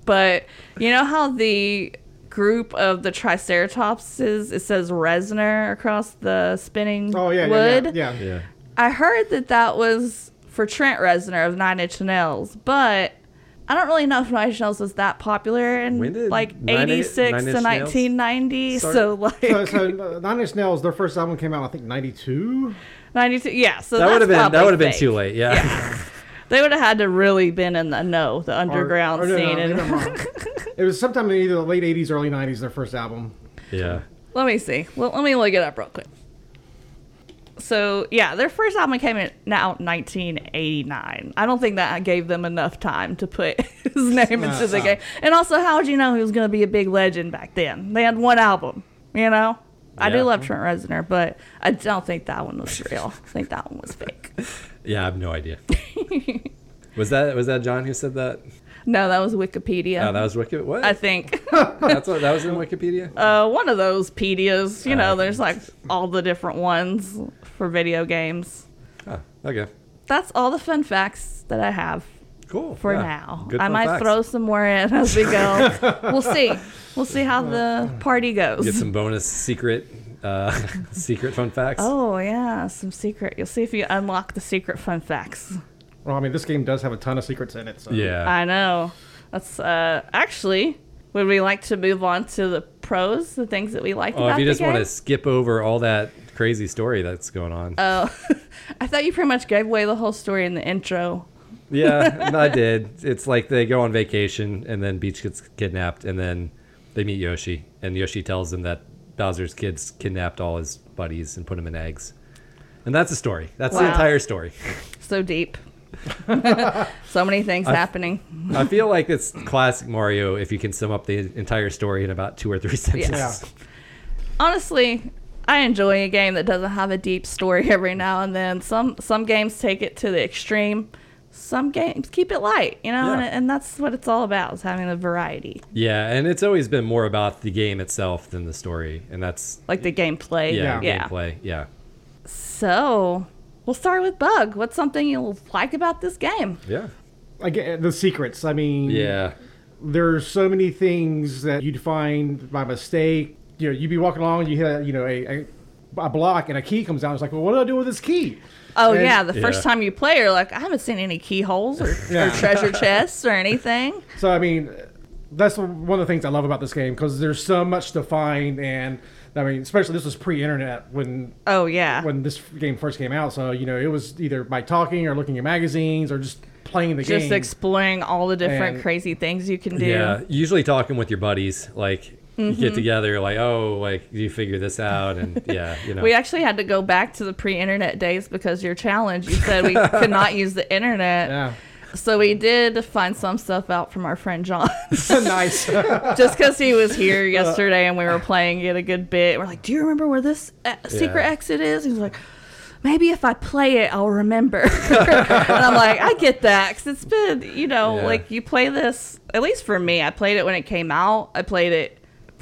[SPEAKER 2] But you know how the group of the Triceratopses, it says Resner across the spinning
[SPEAKER 3] Oh yeah. yeah,
[SPEAKER 2] wood?
[SPEAKER 3] Yeah. yeah.
[SPEAKER 1] Yeah.
[SPEAKER 2] I heard that that was for Trent Reznor of Nine Inch Nails, but I don't really know if Nine Inch Nails was that popular in
[SPEAKER 1] When did
[SPEAKER 2] like
[SPEAKER 1] Nine Inch-
[SPEAKER 2] 86
[SPEAKER 1] Nine Inch
[SPEAKER 2] to
[SPEAKER 1] Nails
[SPEAKER 2] 1990.
[SPEAKER 1] start?
[SPEAKER 2] So like
[SPEAKER 3] So, so uh, Nine Inch Nails, their first album came out, I think, '92.
[SPEAKER 2] 92. Yeah. So
[SPEAKER 1] That would have been that would have been too
[SPEAKER 2] too late.
[SPEAKER 1] late. Yeah.
[SPEAKER 2] They would have had to really been in the no, the underground scene. and-
[SPEAKER 3] it was sometime in either the late '80s, early '90s. Their first album.
[SPEAKER 1] Yeah.
[SPEAKER 2] let me see. Well, let me look it up real quick. So yeah, their first album came in, out in 1989. I don't think that gave them enough time to put his name
[SPEAKER 3] No,
[SPEAKER 2] into the
[SPEAKER 3] no.
[SPEAKER 2] game. And also, how would you know he was going to be a big legend back then? They had one album, you know. I
[SPEAKER 1] Yeah.
[SPEAKER 2] do love Trent Reznor, but I don't think that one was real. I think that one was fake.
[SPEAKER 1] Yeah, I have no idea. was that was that John who said that?
[SPEAKER 2] No, that was Wikipedia.
[SPEAKER 1] Oh, that was Wikipedia. What?
[SPEAKER 2] I think
[SPEAKER 1] That's what that was in Wikipedia.
[SPEAKER 2] uh, one of those pedias. You know,
[SPEAKER 1] Uh,
[SPEAKER 2] there's like all the different ones for video games.
[SPEAKER 1] Oh, okay.
[SPEAKER 2] That's all the fun facts that I have
[SPEAKER 1] Cool.
[SPEAKER 2] for
[SPEAKER 1] yeah.
[SPEAKER 2] now.
[SPEAKER 1] Good
[SPEAKER 2] I
[SPEAKER 1] fun
[SPEAKER 2] might
[SPEAKER 1] facts.
[SPEAKER 2] throw some more in as we go. we'll see. We'll see how the party
[SPEAKER 1] Get
[SPEAKER 2] goes.
[SPEAKER 1] some bonus secret, uh, secret fun facts.
[SPEAKER 2] oh yeah, some secret. You'll see if you unlock the secret fun facts.
[SPEAKER 3] Well, I mean, this game does have a ton of secrets in it. So.
[SPEAKER 1] Yeah.
[SPEAKER 2] I know. That's uh actually would we like to move on to the pros, the things that we liked
[SPEAKER 1] Oh,
[SPEAKER 2] about
[SPEAKER 1] if you
[SPEAKER 2] the
[SPEAKER 1] just want to
[SPEAKER 2] game?
[SPEAKER 1] skip over all that crazy story that's going on.
[SPEAKER 2] Oh, I thought you pretty much gave away the whole story in the intro.
[SPEAKER 1] yeah, no, I did. It's like they go on vacation and then Beach gets kidnapped and then they meet Yoshi and Yoshi tells them that Bowser's kids kidnapped all his buddies and put them in eggs. And that's the story. That's the
[SPEAKER 2] Wow.
[SPEAKER 1] entire story.
[SPEAKER 2] So deep. so many things happening.
[SPEAKER 1] I feel like it's classic Mario if you can sum up the entire story in about two or three sentences.
[SPEAKER 3] Yeah.
[SPEAKER 2] Honestly, I enjoy a game that doesn't have a deep story every now and then. Some some games take it to the extreme. Some games keep it light, you know, and,
[SPEAKER 1] Yeah.
[SPEAKER 2] and that's what it's all about is having a variety,
[SPEAKER 1] Yeah, and it's always been more about the game itself than the story, and that's
[SPEAKER 2] like the gameplay.
[SPEAKER 1] yeah,
[SPEAKER 3] Yeah.
[SPEAKER 1] gameplay. Yeah,
[SPEAKER 2] So we'll start with Bug. What's something you like about this game?
[SPEAKER 1] yeah,
[SPEAKER 3] Again, the secrets. I mean,
[SPEAKER 1] yeah.
[SPEAKER 3] there's so many things that you'd find by mistake. You know, you'd be walking along, you hit a, you know a, a, a block, and a key comes out. It's like, well, what do I do with this key?
[SPEAKER 2] Oh
[SPEAKER 3] And-
[SPEAKER 2] yeah, the first
[SPEAKER 1] Yeah.
[SPEAKER 2] time you play, you're like, I haven't seen any keyholes or, or
[SPEAKER 3] Yeah.
[SPEAKER 2] treasure chests or anything.
[SPEAKER 3] So I mean, that's one of the things I love about this game because there's so much to find, and I mean, especially this was pre-internet when
[SPEAKER 2] Oh yeah,
[SPEAKER 3] when this game first came out. So you know, it was either by talking or looking at magazines or just playing the
[SPEAKER 2] just
[SPEAKER 3] game.
[SPEAKER 2] exploring all the different
[SPEAKER 3] And-
[SPEAKER 2] crazy things you can do.
[SPEAKER 1] Yeah, usually talking with your buddies, like you
[SPEAKER 2] Mm-hmm.
[SPEAKER 1] get together, like oh, like you figure this out, and yeah, you know,
[SPEAKER 2] We actually had to go back to the pre-internet days because your challenge, you said we could not use the internet.
[SPEAKER 3] yeah,
[SPEAKER 2] So we did find some stuff out from our friend John,
[SPEAKER 3] nice.
[SPEAKER 2] just because he was here yesterday and we were playing it a good bit. We're like, "Do you remember where this uh, secret
[SPEAKER 1] Yeah.
[SPEAKER 2] exit is?" He's like, "Maybe if I play it, I'll remember." and I'm like, "I get that, because it's been, you know,
[SPEAKER 1] Yeah.
[SPEAKER 2] like you play this. At least for me, I played it when it came out. I played it."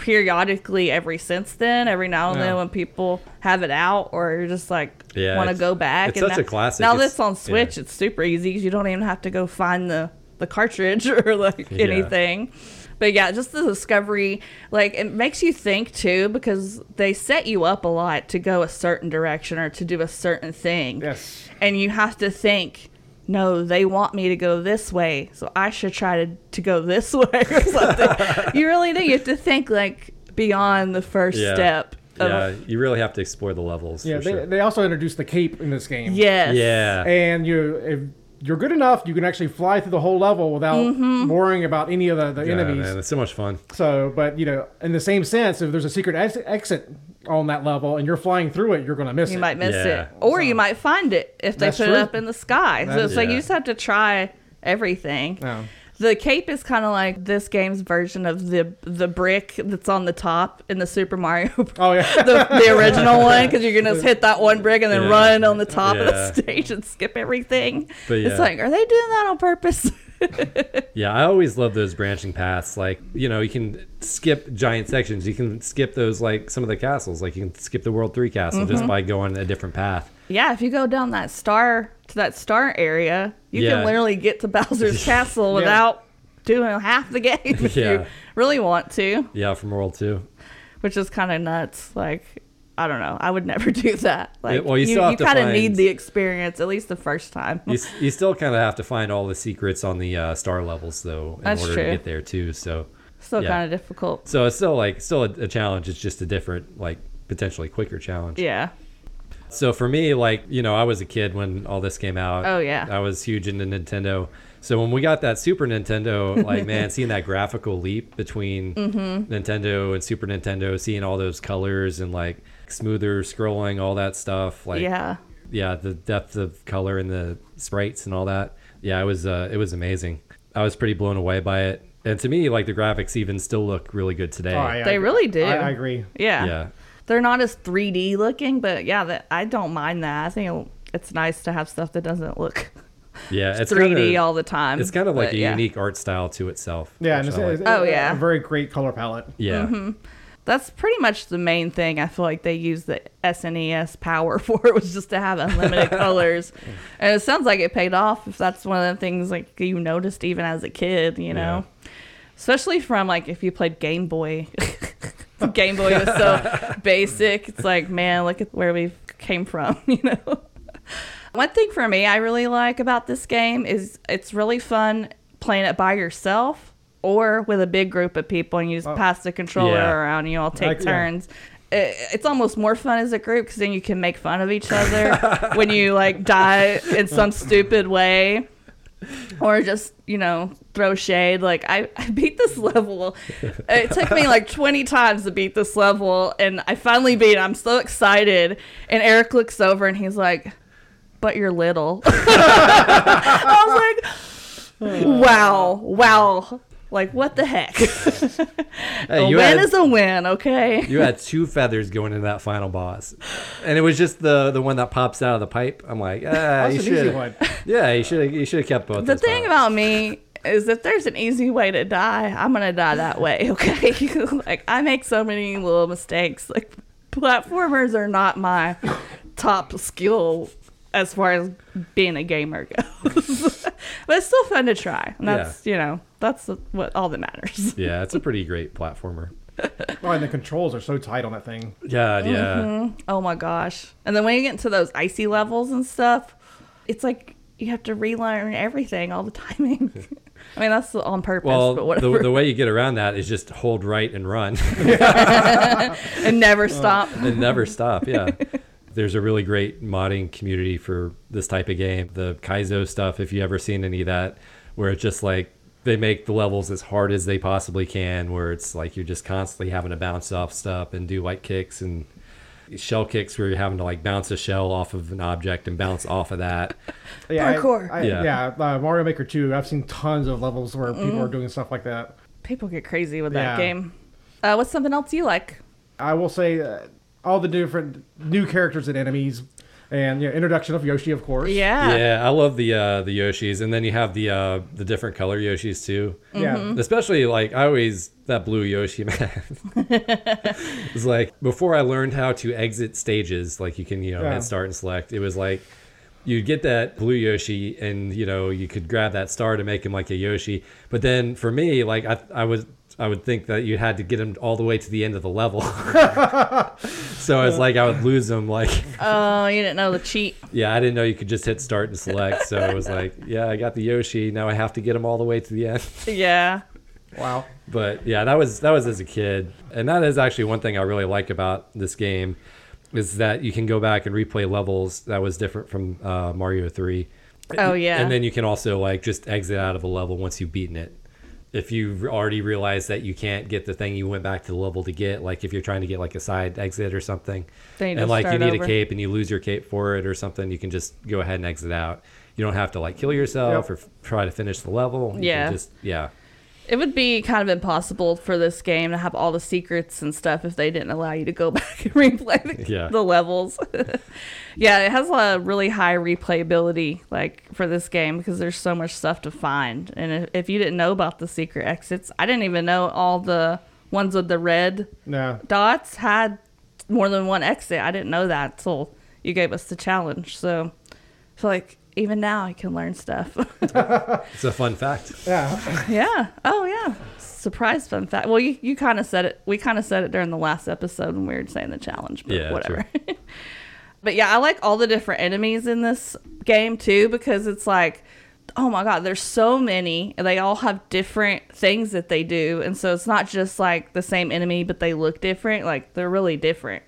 [SPEAKER 2] periodically every since then every now and
[SPEAKER 3] Yeah.
[SPEAKER 2] then when people have it out or you're just like
[SPEAKER 1] Yeah,
[SPEAKER 2] want to
[SPEAKER 1] it's-
[SPEAKER 2] go back
[SPEAKER 1] it's
[SPEAKER 2] and
[SPEAKER 1] such
[SPEAKER 2] now,
[SPEAKER 1] a classic.
[SPEAKER 2] now
[SPEAKER 1] It's-
[SPEAKER 2] this on switch
[SPEAKER 1] yeah.
[SPEAKER 2] it's super easy 'cause you don't even have to go find the the cartridge or like anything but yeah just the discovery like it makes you think too because they set you up a lot to go a certain direction or to do a certain thing
[SPEAKER 3] yes.
[SPEAKER 2] and you have to think no they want me to go this way so i should try to, to go this way or something you really do you have to think like beyond the first
[SPEAKER 1] yeah,
[SPEAKER 2] step of,
[SPEAKER 1] yeah. You really have to explore the levels.
[SPEAKER 3] Yeah,
[SPEAKER 1] for
[SPEAKER 3] they,
[SPEAKER 1] sure.
[SPEAKER 3] they also introduced the cape in this game.
[SPEAKER 2] yes
[SPEAKER 1] yeah,
[SPEAKER 3] and you if you're good enough, you can actually fly through the whole level without
[SPEAKER 2] Mm-hmm.
[SPEAKER 3] worrying about any of the, the
[SPEAKER 1] Yeah,
[SPEAKER 3] enemies.
[SPEAKER 1] man, it's so much fun.
[SPEAKER 3] So, but you know, in the same sense, if there's a secret ex- exit on that level and you're flying through it, you're going to miss
[SPEAKER 2] you
[SPEAKER 3] it.
[SPEAKER 2] might miss
[SPEAKER 1] Yeah.
[SPEAKER 2] it or you might find it if they
[SPEAKER 3] That's
[SPEAKER 2] put it
[SPEAKER 3] true.
[SPEAKER 2] up in the sky so
[SPEAKER 3] That-
[SPEAKER 2] it's like you
[SPEAKER 1] yeah.
[SPEAKER 2] just have to try everything
[SPEAKER 3] Yeah.
[SPEAKER 2] the cape is kind of like this game's version of the the brick that's on the top in the super mario
[SPEAKER 3] Oh yeah,
[SPEAKER 2] the, the original one because you're gonna just hit that one brick and then
[SPEAKER 1] Yeah.
[SPEAKER 2] run on the top of
[SPEAKER 1] Yeah.
[SPEAKER 2] the stage and skip everything
[SPEAKER 1] But yeah.
[SPEAKER 2] it's like are they doing that on purpose
[SPEAKER 1] Yeah, I always love those branching paths. Like, you know, you can skip giant sections. You can skip those, like, some of the castles. Like, you can skip the World 3 castle
[SPEAKER 2] Mm-hmm.
[SPEAKER 1] just by going a different path.
[SPEAKER 2] yeah if you go down that star to that star area you
[SPEAKER 1] Yeah.
[SPEAKER 2] can literally get to bowser's castle without doing half the game if
[SPEAKER 1] Yeah.
[SPEAKER 2] you really want to
[SPEAKER 1] Yeah, from World 2.
[SPEAKER 2] which is kind of nuts. Like, I don't know. I would never do that. Like,
[SPEAKER 1] Yeah, well, you still have to
[SPEAKER 2] kind of
[SPEAKER 1] find-
[SPEAKER 2] need the experience, at least the first time.
[SPEAKER 1] You, s- you still kind of have to find all the secrets on the uh, star levels, though, in
[SPEAKER 2] That's
[SPEAKER 1] order to
[SPEAKER 2] true.
[SPEAKER 1] get there, too. So,
[SPEAKER 2] Still
[SPEAKER 1] yeah.
[SPEAKER 2] kind of difficult.
[SPEAKER 1] so it's still, like, still a, a challenge. It's just a different, like, potentially quicker challenge.
[SPEAKER 2] Yeah.
[SPEAKER 1] So for me, like, you know, I was a kid when all this came out.
[SPEAKER 2] Oh, yeah.
[SPEAKER 1] I was huge into Nintendo. So when we got that Super Nintendo, like, man, seeing that
[SPEAKER 2] Mm-hmm.
[SPEAKER 1] graphical leap between Nintendo and Super Nintendo, seeing all those colors and like smoother scrolling, all that stuff. Like
[SPEAKER 2] yeah.
[SPEAKER 1] yeah, the depth of color and the sprites and all that. Yeah, it was uh, it was amazing. I was pretty blown away by it. And to me, like the graphics even still look really good today.
[SPEAKER 3] Oh, yeah,
[SPEAKER 2] They really do.
[SPEAKER 3] I, I agree.
[SPEAKER 2] Yeah.
[SPEAKER 1] Yeah.
[SPEAKER 2] They're not as 3D looking, but yeah, that, I don't mind that. I think it'll- it's nice to have stuff that doesn't look
[SPEAKER 1] Yeah, it's
[SPEAKER 2] 3D
[SPEAKER 1] kinda-
[SPEAKER 2] all the time.
[SPEAKER 1] It's kind of like
[SPEAKER 2] but
[SPEAKER 1] a
[SPEAKER 2] yeah.
[SPEAKER 1] unique art style to itself.
[SPEAKER 3] Yeah,
[SPEAKER 1] which
[SPEAKER 3] and it's,
[SPEAKER 1] I like.
[SPEAKER 3] it's
[SPEAKER 2] Oh,
[SPEAKER 3] a-
[SPEAKER 2] yeah.
[SPEAKER 3] a very great color palette.
[SPEAKER 1] yeah,
[SPEAKER 2] Mm-hmm. That's pretty much the main thing I feel like they used the SNES power for was just to have unlimited colors. And it sounds like it paid off if that's one of the things like you noticed even as a kid, you know. Especially from like if you played Game Boy. Game Boy was so basic. It's like, man, look at where we came from, you know. One thing for me I really like about this game is it's really fun playing it by yourself or with a big group of people and you just pass the controller
[SPEAKER 1] Yeah.
[SPEAKER 2] around and you all take
[SPEAKER 3] Like, yeah.
[SPEAKER 2] turns. It- It's almost more fun as a group because then you can make fun of each other when you like die in some stupid way or just you know throw shade like I, I beat this level it took me like 20 times to beat this level and i finally beat it i'm so excited and eric looks over and he's like but you're little i was like wow wow like what the heck
[SPEAKER 1] Hey,
[SPEAKER 2] a
[SPEAKER 1] you
[SPEAKER 2] win
[SPEAKER 1] had-
[SPEAKER 2] is a win okay
[SPEAKER 1] you had two feathers going into that final boss, and it was just the the one that pops out of the pipe. I'm like, ah,
[SPEAKER 3] That's
[SPEAKER 1] you
[SPEAKER 3] an easy
[SPEAKER 1] should,
[SPEAKER 3] one.
[SPEAKER 1] yeah, you should, you should have kept both.
[SPEAKER 2] the
[SPEAKER 1] those
[SPEAKER 2] thing
[SPEAKER 1] powers.
[SPEAKER 2] about me is if there's an easy way to die, I'm gonna die that way. Okay, like I make so many little mistakes. Like platformers are not my top skill as far as being a gamer goes, but it's still fun to try. And that's you know that's what all that matters.
[SPEAKER 1] yeah, it's a pretty great platformer.
[SPEAKER 3] Oh, and the controls are so tight on that thing.
[SPEAKER 1] Yeah, yeah,
[SPEAKER 2] Oh my gosh! And then when you get into those icy levels and stuff, it's like you have to relearn everything all the timing. I mean that's on purpose,
[SPEAKER 1] Well,
[SPEAKER 2] but
[SPEAKER 1] the,
[SPEAKER 2] whatever,
[SPEAKER 1] the way you get around that is just hold right and run
[SPEAKER 2] and
[SPEAKER 1] Uh,
[SPEAKER 2] never stop.
[SPEAKER 1] and never stop. Yeah. There's a really great modding community for this type of game. The Kaizo stuff, if you ever seen any of that, where it's just like they make the levels as hard as they possibly can, where it's like you're just constantly having to bounce off stuff and do like kicks and shell kicks where you're having to like bounce a shell off of an object and bounce off of that.
[SPEAKER 3] I-
[SPEAKER 2] Parkour.
[SPEAKER 3] I,
[SPEAKER 1] Yeah.
[SPEAKER 3] yeah, uh, Mario Maker 2, I've seen tons of levels where people
[SPEAKER 2] Mm-hmm.
[SPEAKER 3] are doing stuff like that.
[SPEAKER 2] People get crazy with that
[SPEAKER 3] Yeah.
[SPEAKER 2] game. Uh, what's something else you like?
[SPEAKER 3] I will say uh, all the different new characters and enemies and you know, introduction of Yoshi, of course.
[SPEAKER 2] Yeah.
[SPEAKER 1] Yeah, I love the uh, the Yoshis, and then you have the uh, the different color Yoshis too.
[SPEAKER 3] Yeah.
[SPEAKER 2] Mm-hmm.
[SPEAKER 1] Mm-hmm. Especially like I always that blue Yoshi man. it's like before I learned how to exit stages, like you can you know
[SPEAKER 3] Yeah.
[SPEAKER 1] hit start and select. It was like you'd get that blue Yoshi, and you know you could grab that star to make him like a Yoshi. But then for me, like I I was. I would think that you had to get him all the way to the end of the level. so it's like I would lose him like
[SPEAKER 2] Oh, you didn't know the cheat.
[SPEAKER 1] yeah, I didn't know you could just hit start and select. So it was like, yeah, I got the Yoshi. Now I have to get him all the way to the end.
[SPEAKER 2] Yeah.
[SPEAKER 3] Wow.
[SPEAKER 1] But yeah, that was that was as a kid, and that is actually one thing I really like about this game, is that you can go back and replay levels that was different from uh, Mario Three.
[SPEAKER 2] Oh yeah.
[SPEAKER 1] And then you can also like just exit out of a level once you've beaten it. If you've already realized that you can't get the thing you went back to the level to get, like if you're trying to get like a side exit or something,
[SPEAKER 2] Then you
[SPEAKER 1] and
[SPEAKER 2] just
[SPEAKER 1] like you
[SPEAKER 2] start
[SPEAKER 1] need a
[SPEAKER 2] over.
[SPEAKER 1] cape and you lose your cape for it or something, you can just go ahead and exit out. You don't have to like kill yourself
[SPEAKER 3] Yep.
[SPEAKER 1] or f- try to finish the level. You can
[SPEAKER 2] Yeah.
[SPEAKER 1] just yeah.
[SPEAKER 2] it would be kind of impossible for this game to have all the secrets and stuff if they didn't allow you to go back and replay the,
[SPEAKER 1] Yeah.
[SPEAKER 2] the levels. yeah, it has a really high replayability like for this game because there's so much stuff to find. And if, if you didn't know about the secret exits, I didn't even know all the ones with the red
[SPEAKER 3] No.
[SPEAKER 2] dots had more than one exit. I didn't know that till you gave us the challenge. So I feel like even now I can learn stuff.
[SPEAKER 1] It's a fun fact.
[SPEAKER 3] Yeah.
[SPEAKER 2] yeah. Oh yeah. Surprise fun fact. Well, you, you kind of said it. We kind of said it during the last episode when we were saying the challenge. But
[SPEAKER 1] Yeah, that's
[SPEAKER 2] whatever. but yeah, I like all the different enemies in this game too because it's like, oh my god, there's so many. and They all have different things that they do, and so it's not just like the same enemy, but they look different. Like they're really different.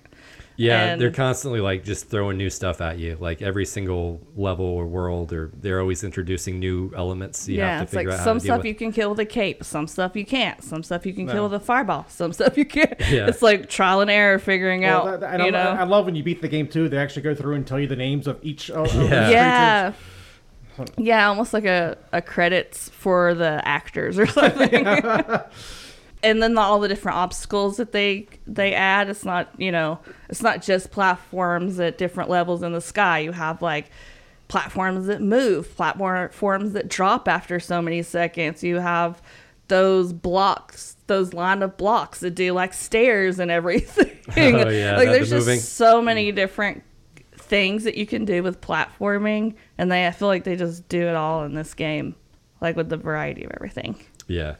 [SPEAKER 1] Yeah,
[SPEAKER 2] And-
[SPEAKER 1] they're constantly like just throwing new stuff at you. Like every single level or world, or they're always introducing new elements. You have
[SPEAKER 2] yeah,
[SPEAKER 1] to
[SPEAKER 2] it's like
[SPEAKER 1] figure out
[SPEAKER 2] some
[SPEAKER 1] how to deal
[SPEAKER 2] stuff
[SPEAKER 1] with.
[SPEAKER 2] you can kill with a cape, some stuff you can't, some stuff you can
[SPEAKER 3] No.
[SPEAKER 2] kill with a fireball, some stuff you can't.
[SPEAKER 1] Yeah.
[SPEAKER 2] It's like trial and error figuring
[SPEAKER 3] Well,
[SPEAKER 2] out.
[SPEAKER 3] that- and
[SPEAKER 2] you
[SPEAKER 3] I,
[SPEAKER 2] know,
[SPEAKER 3] I love when you beat the game too. They actually go through and tell you the names of each. Of,
[SPEAKER 1] Yeah.
[SPEAKER 3] of these
[SPEAKER 2] yeah. Yeah, almost like a, a credits for the actors or something. and then the, all the different obstacles that they they add. It's not you know it's not just platforms at different levels in the sky. You have like platforms that move, platforms that drop after so many seconds. You have those blocks, those line of blocks that do like stairs and everything.
[SPEAKER 1] Oh, yeah,
[SPEAKER 2] like
[SPEAKER 1] that
[SPEAKER 2] there's
[SPEAKER 1] the
[SPEAKER 2] just
[SPEAKER 1] moving.
[SPEAKER 2] so many different things that you can do with platforming and they I feel like they just do it all in this game like with the variety of everything.
[SPEAKER 1] Yeah.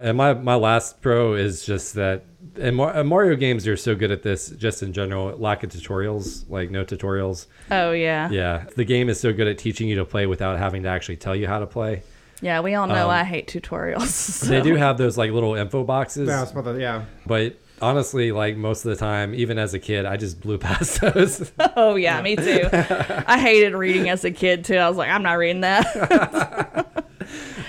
[SPEAKER 1] And my, my last pro is just that, and, Mar- and Mario games are so good at this just in general, lack of tutorials, like no tutorials.
[SPEAKER 2] Oh yeah. Yeah,
[SPEAKER 1] Yeah. The game is so good at teaching you to play without having to actually tell you how to play.
[SPEAKER 2] we all know
[SPEAKER 1] Um,
[SPEAKER 2] I hate tutorials. So.
[SPEAKER 1] They do have those like little info boxes,
[SPEAKER 3] Yeah, it's about the- yeah.
[SPEAKER 1] but honestly, like most of the time, even as a kid, I just blew past those.
[SPEAKER 2] Oh yeah, me too. I hated reading as a kid too. I was like, I'm not reading that.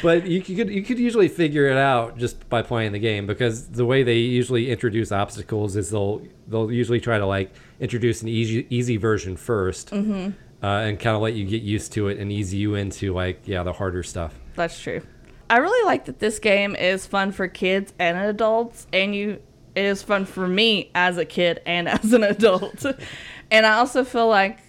[SPEAKER 1] but you could you could usually figure it out just by playing the game because the way they usually introduce obstacles is they'll they'll usually try to like introduce an easy easy version 1st
[SPEAKER 2] Mm-hmm.
[SPEAKER 1] uh, and kind of let you get used to it and ease you into like yeah the harder stuff.
[SPEAKER 2] That's true. I really like that this game is fun for kids and adults, and you it is fun for me as a kid and as an adult. and I also feel like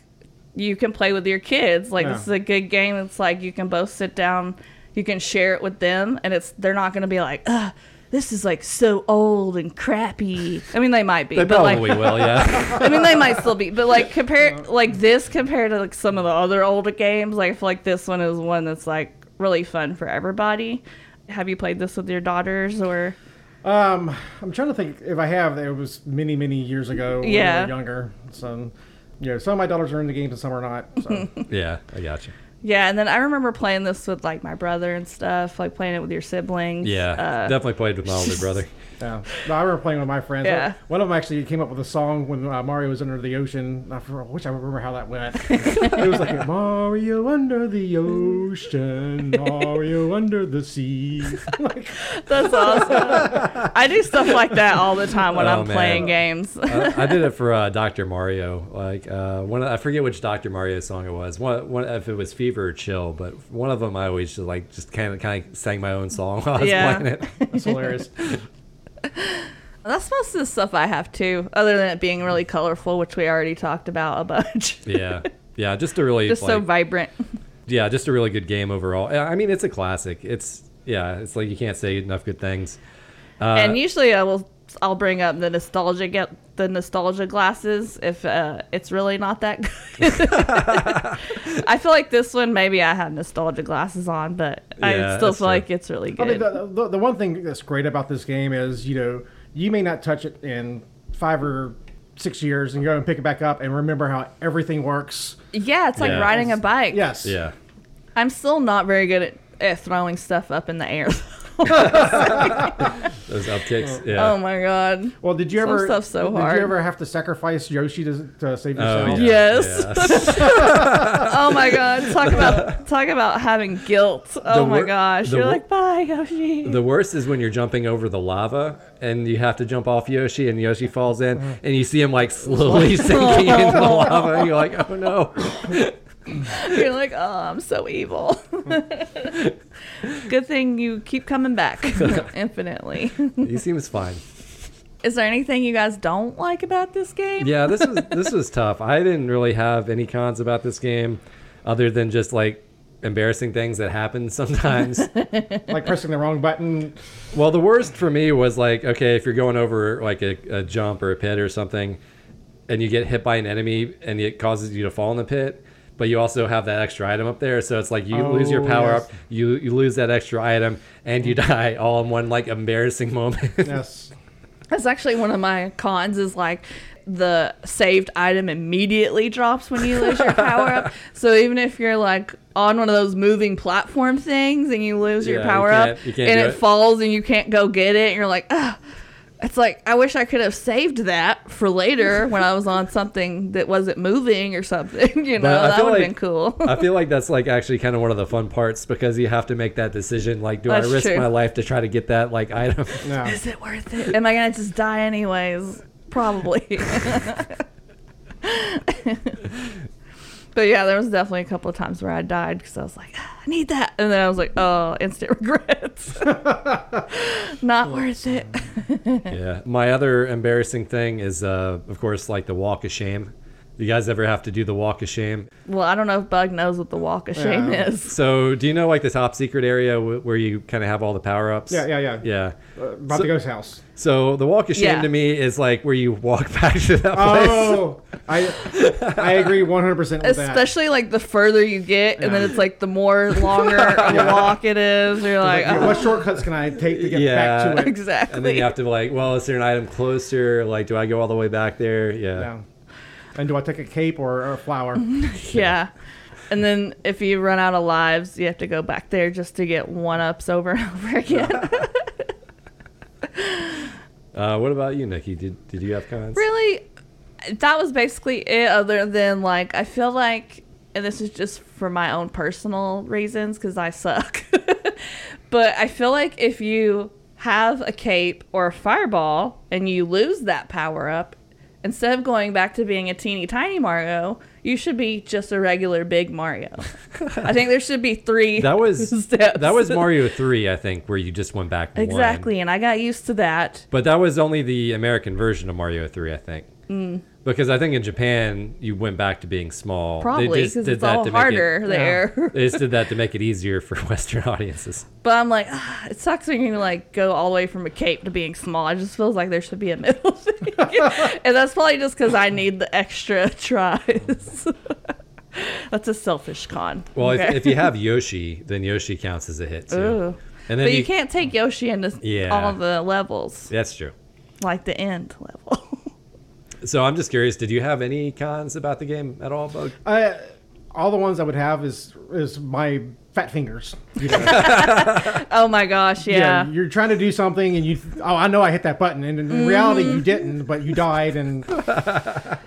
[SPEAKER 2] you can play with your kids. Like
[SPEAKER 3] Yeah.
[SPEAKER 2] this is a good game. It's like you can both sit down, you can share it with them, and it's they're not going to be like, Ugh, this is like so old and crappy. I mean, they might be,
[SPEAKER 1] They
[SPEAKER 2] but like
[SPEAKER 1] probably will, yeah.
[SPEAKER 2] I mean, they might still be, but like compare like this compared to like some of the other older games, like I feel like this one is one that's like really fun for everybody. Have you played this with your daughters or?
[SPEAKER 3] Um, I'm trying to think if I have. It was many, many years ago. When
[SPEAKER 2] Yeah.
[SPEAKER 3] we were younger. So, you know, some of my daughters are in the games and some are not. So.
[SPEAKER 1] yeah, I got you.
[SPEAKER 2] Yeah, and then I remember playing this with like my brother and stuff, like playing it with your siblings.
[SPEAKER 1] Yeah,
[SPEAKER 2] Uh,
[SPEAKER 1] definitely played with my older brother.
[SPEAKER 3] Yeah. No, I remember playing with my friends.
[SPEAKER 2] Yeah.
[SPEAKER 3] One of them actually came up with a song when uh, Mario was under the ocean. I forgot- wish I remember how that went. it was like Mario under the ocean, Mario under the sea. like,
[SPEAKER 2] that's awesome. I do stuff like that all the time when
[SPEAKER 1] Oh,
[SPEAKER 2] I'm
[SPEAKER 1] man.
[SPEAKER 2] playing games.
[SPEAKER 1] I, I did it for uh, Doctor Mario. Like uh, one, I forget which Doctor Mario song it was. One, one, if it was Fever or Chill, but one of them I always just like just kind of kind of sang my own song while I was
[SPEAKER 2] Yeah.
[SPEAKER 1] playing it.
[SPEAKER 3] that's hilarious.
[SPEAKER 2] that's most of the stuff I have too, other than it being really colorful, which we already talked about a bunch.
[SPEAKER 1] yeah yeah just a really
[SPEAKER 2] Just so
[SPEAKER 1] like-
[SPEAKER 2] vibrant.
[SPEAKER 1] yeah just a really good game overall Yeah, i mean it's a classic it's yeah it's like you can't say enough good things Uh,
[SPEAKER 2] and usually I will I'll bring up the nostalgia get the nostalgia glasses if uh, it's really not that good. I feel like this one maybe I have nostalgia glasses on, but
[SPEAKER 1] Yeah,
[SPEAKER 2] I still
[SPEAKER 1] that's
[SPEAKER 2] feel
[SPEAKER 1] fair.
[SPEAKER 2] like it's really
[SPEAKER 3] I
[SPEAKER 2] good.
[SPEAKER 3] mean, the, the, the one thing that's great about this game is, you know, you may not touch it in five or six years and go and pick it back up and remember how everything works.
[SPEAKER 2] yeah, it's like
[SPEAKER 1] Yeah.
[SPEAKER 2] riding a bike.
[SPEAKER 3] Yes.
[SPEAKER 1] yeah
[SPEAKER 2] I'm still not very good at, at throwing stuff up in the air.
[SPEAKER 1] those upkicks yeah
[SPEAKER 2] oh my god.
[SPEAKER 3] Well, did you
[SPEAKER 2] Some
[SPEAKER 3] ever
[SPEAKER 2] stuff's so
[SPEAKER 3] did
[SPEAKER 2] hard.
[SPEAKER 3] you ever have to sacrifice Yoshi to, to save
[SPEAKER 1] Oh,
[SPEAKER 3] yourself?
[SPEAKER 1] yeah.
[SPEAKER 2] Yes.
[SPEAKER 1] yeah.
[SPEAKER 2] Oh my god. Talk about talk about having guilt. Oh
[SPEAKER 1] The
[SPEAKER 2] my
[SPEAKER 1] wor-
[SPEAKER 2] gosh.
[SPEAKER 1] the
[SPEAKER 2] You're
[SPEAKER 1] wor-
[SPEAKER 2] like, bye, Yoshi.
[SPEAKER 1] the worst is when you're jumping over the lava and you have to jump off yoshi and yoshi falls in
[SPEAKER 2] Mm.
[SPEAKER 1] and you see him like slowly sinking into the lava and you're like oh no
[SPEAKER 2] You're like, oh, I'm so evil. Good thing you keep coming back infinitely.
[SPEAKER 1] he seems fine
[SPEAKER 2] Is there anything you guys don't like about this game?
[SPEAKER 1] yeah this was this was tough i didn't really have any cons about this game other than just like embarrassing things that happen sometimes
[SPEAKER 3] Like pressing the wrong button.
[SPEAKER 1] Well, the worst for me was like, okay, if you're going over like a, a jump or a pit or something, and you get hit by an enemy and it causes you to fall in the pit, but you also have that extra item up there, so it's like you lose your
[SPEAKER 3] Oh,
[SPEAKER 1] power
[SPEAKER 3] yes.
[SPEAKER 1] up, you you lose that extra item, and you die all in one like embarrassing moment.
[SPEAKER 3] Yes.
[SPEAKER 2] That's actually one of my cons is like the saved item immediately drops when you lose your power up. So even if you're like on one of those moving platform things and you lose
[SPEAKER 1] Yeah,
[SPEAKER 2] your
[SPEAKER 1] you
[SPEAKER 2] power
[SPEAKER 1] can't-
[SPEAKER 2] up
[SPEAKER 1] you can't
[SPEAKER 2] and
[SPEAKER 1] do
[SPEAKER 2] it,
[SPEAKER 1] it.
[SPEAKER 2] falls and you can't go get it and you're like, ah, it's like I wish I could have saved that for later when I was on something that wasn't moving or something. You know,
[SPEAKER 1] But I
[SPEAKER 2] that
[SPEAKER 1] feel
[SPEAKER 2] would have
[SPEAKER 1] like-
[SPEAKER 2] been cool.
[SPEAKER 1] I feel like that's like actually kind of one of the fun parts because you have to make that decision. Like, do
[SPEAKER 2] That's
[SPEAKER 1] I risk
[SPEAKER 2] true.
[SPEAKER 1] my life to try to get that like item?
[SPEAKER 3] No.
[SPEAKER 2] Is it worth it? Am I gonna just die anyways? Probably. but yeah, there was definitely a couple of times where I died because I was like, "Ah, I need that, and then I was like, oh, instant regrets. Not worth it.
[SPEAKER 1] yeah. My other embarrassing thing is, uh, of course, like the walk of shame. You guys ever have to do the walk of shame?
[SPEAKER 2] Well, I don't know if Bug knows what the walk of shame
[SPEAKER 3] Yeah.
[SPEAKER 2] is.
[SPEAKER 1] So, do you know like the top secret area w- where you kind of have all the power ups?
[SPEAKER 3] Yeah, yeah, yeah.
[SPEAKER 1] Yeah.
[SPEAKER 3] Uh, about
[SPEAKER 1] So-
[SPEAKER 3] the ghost house.
[SPEAKER 1] So the walk of shame
[SPEAKER 2] Yeah.
[SPEAKER 1] to me is like where you walk back to that place.
[SPEAKER 3] Oh, I I agree 100 percent with that.
[SPEAKER 2] Especially like the further you get, and then
[SPEAKER 3] Yeah.
[SPEAKER 2] it's like the more longer of a walk it is. You're like,
[SPEAKER 3] Like,
[SPEAKER 2] oh,
[SPEAKER 3] what shortcuts can I take to get
[SPEAKER 1] Yeah.
[SPEAKER 3] back to it?
[SPEAKER 1] And then
[SPEAKER 2] exactly.
[SPEAKER 1] you have to be like, well, is there an item closer? Like, do I go all the way back there? Yeah.
[SPEAKER 3] Yeah. And do I take a cape or, or a flower?
[SPEAKER 2] Yeah. And then if you run out of lives, you have to go back there just to get one ups over and over again.
[SPEAKER 1] Uh, what about you, Nikki? Did Did you have cons?
[SPEAKER 2] really, that was basically it, other than like, I feel like, and this is just for my own personal reasons because I suck, but I feel like if you have a cape or a fireball and you lose that power up, instead of going back to being a teeny tiny Mario, you should be just a regular big Mario. I think there should be three.
[SPEAKER 1] That was
[SPEAKER 2] steps.
[SPEAKER 1] that was Mario Three, I think, where you just went back. one.
[SPEAKER 2] Exactly, and I got used to that.
[SPEAKER 1] But that was only the American version of Mario Three, I think.
[SPEAKER 2] Mm.
[SPEAKER 1] Because I think in Japan you went back to being small. They
[SPEAKER 2] Probably
[SPEAKER 1] just
[SPEAKER 2] because
[SPEAKER 1] did
[SPEAKER 2] it's
[SPEAKER 1] that
[SPEAKER 2] all
[SPEAKER 1] to make it-
[SPEAKER 2] harder there.
[SPEAKER 1] they just did that to make it easier for Western audiences.
[SPEAKER 2] But I'm like, "Ah, it sucks when you like go all the way from a cape to being small. It just feels like there should be a middle thing, and that's probably just because I need the extra tries. that's a selfish con.
[SPEAKER 1] Well, if,
[SPEAKER 2] Okay.
[SPEAKER 1] if you have Yoshi, then Yoshi counts as a hit too.
[SPEAKER 2] Ooh.
[SPEAKER 1] And then
[SPEAKER 2] but you can't take Yoshi into s-
[SPEAKER 1] Yeah.
[SPEAKER 2] all the levels,
[SPEAKER 1] That's true.
[SPEAKER 2] like the end level.
[SPEAKER 1] So I'm just curious. Did you have any cons about the game at all, Bug?
[SPEAKER 2] Uh,
[SPEAKER 3] I, Uh, all the ones I would have is is my fat fingers. You know?
[SPEAKER 2] oh my gosh, yeah.
[SPEAKER 3] you're trying to do something and you oh I know I hit that button and in reality you didn't but you died and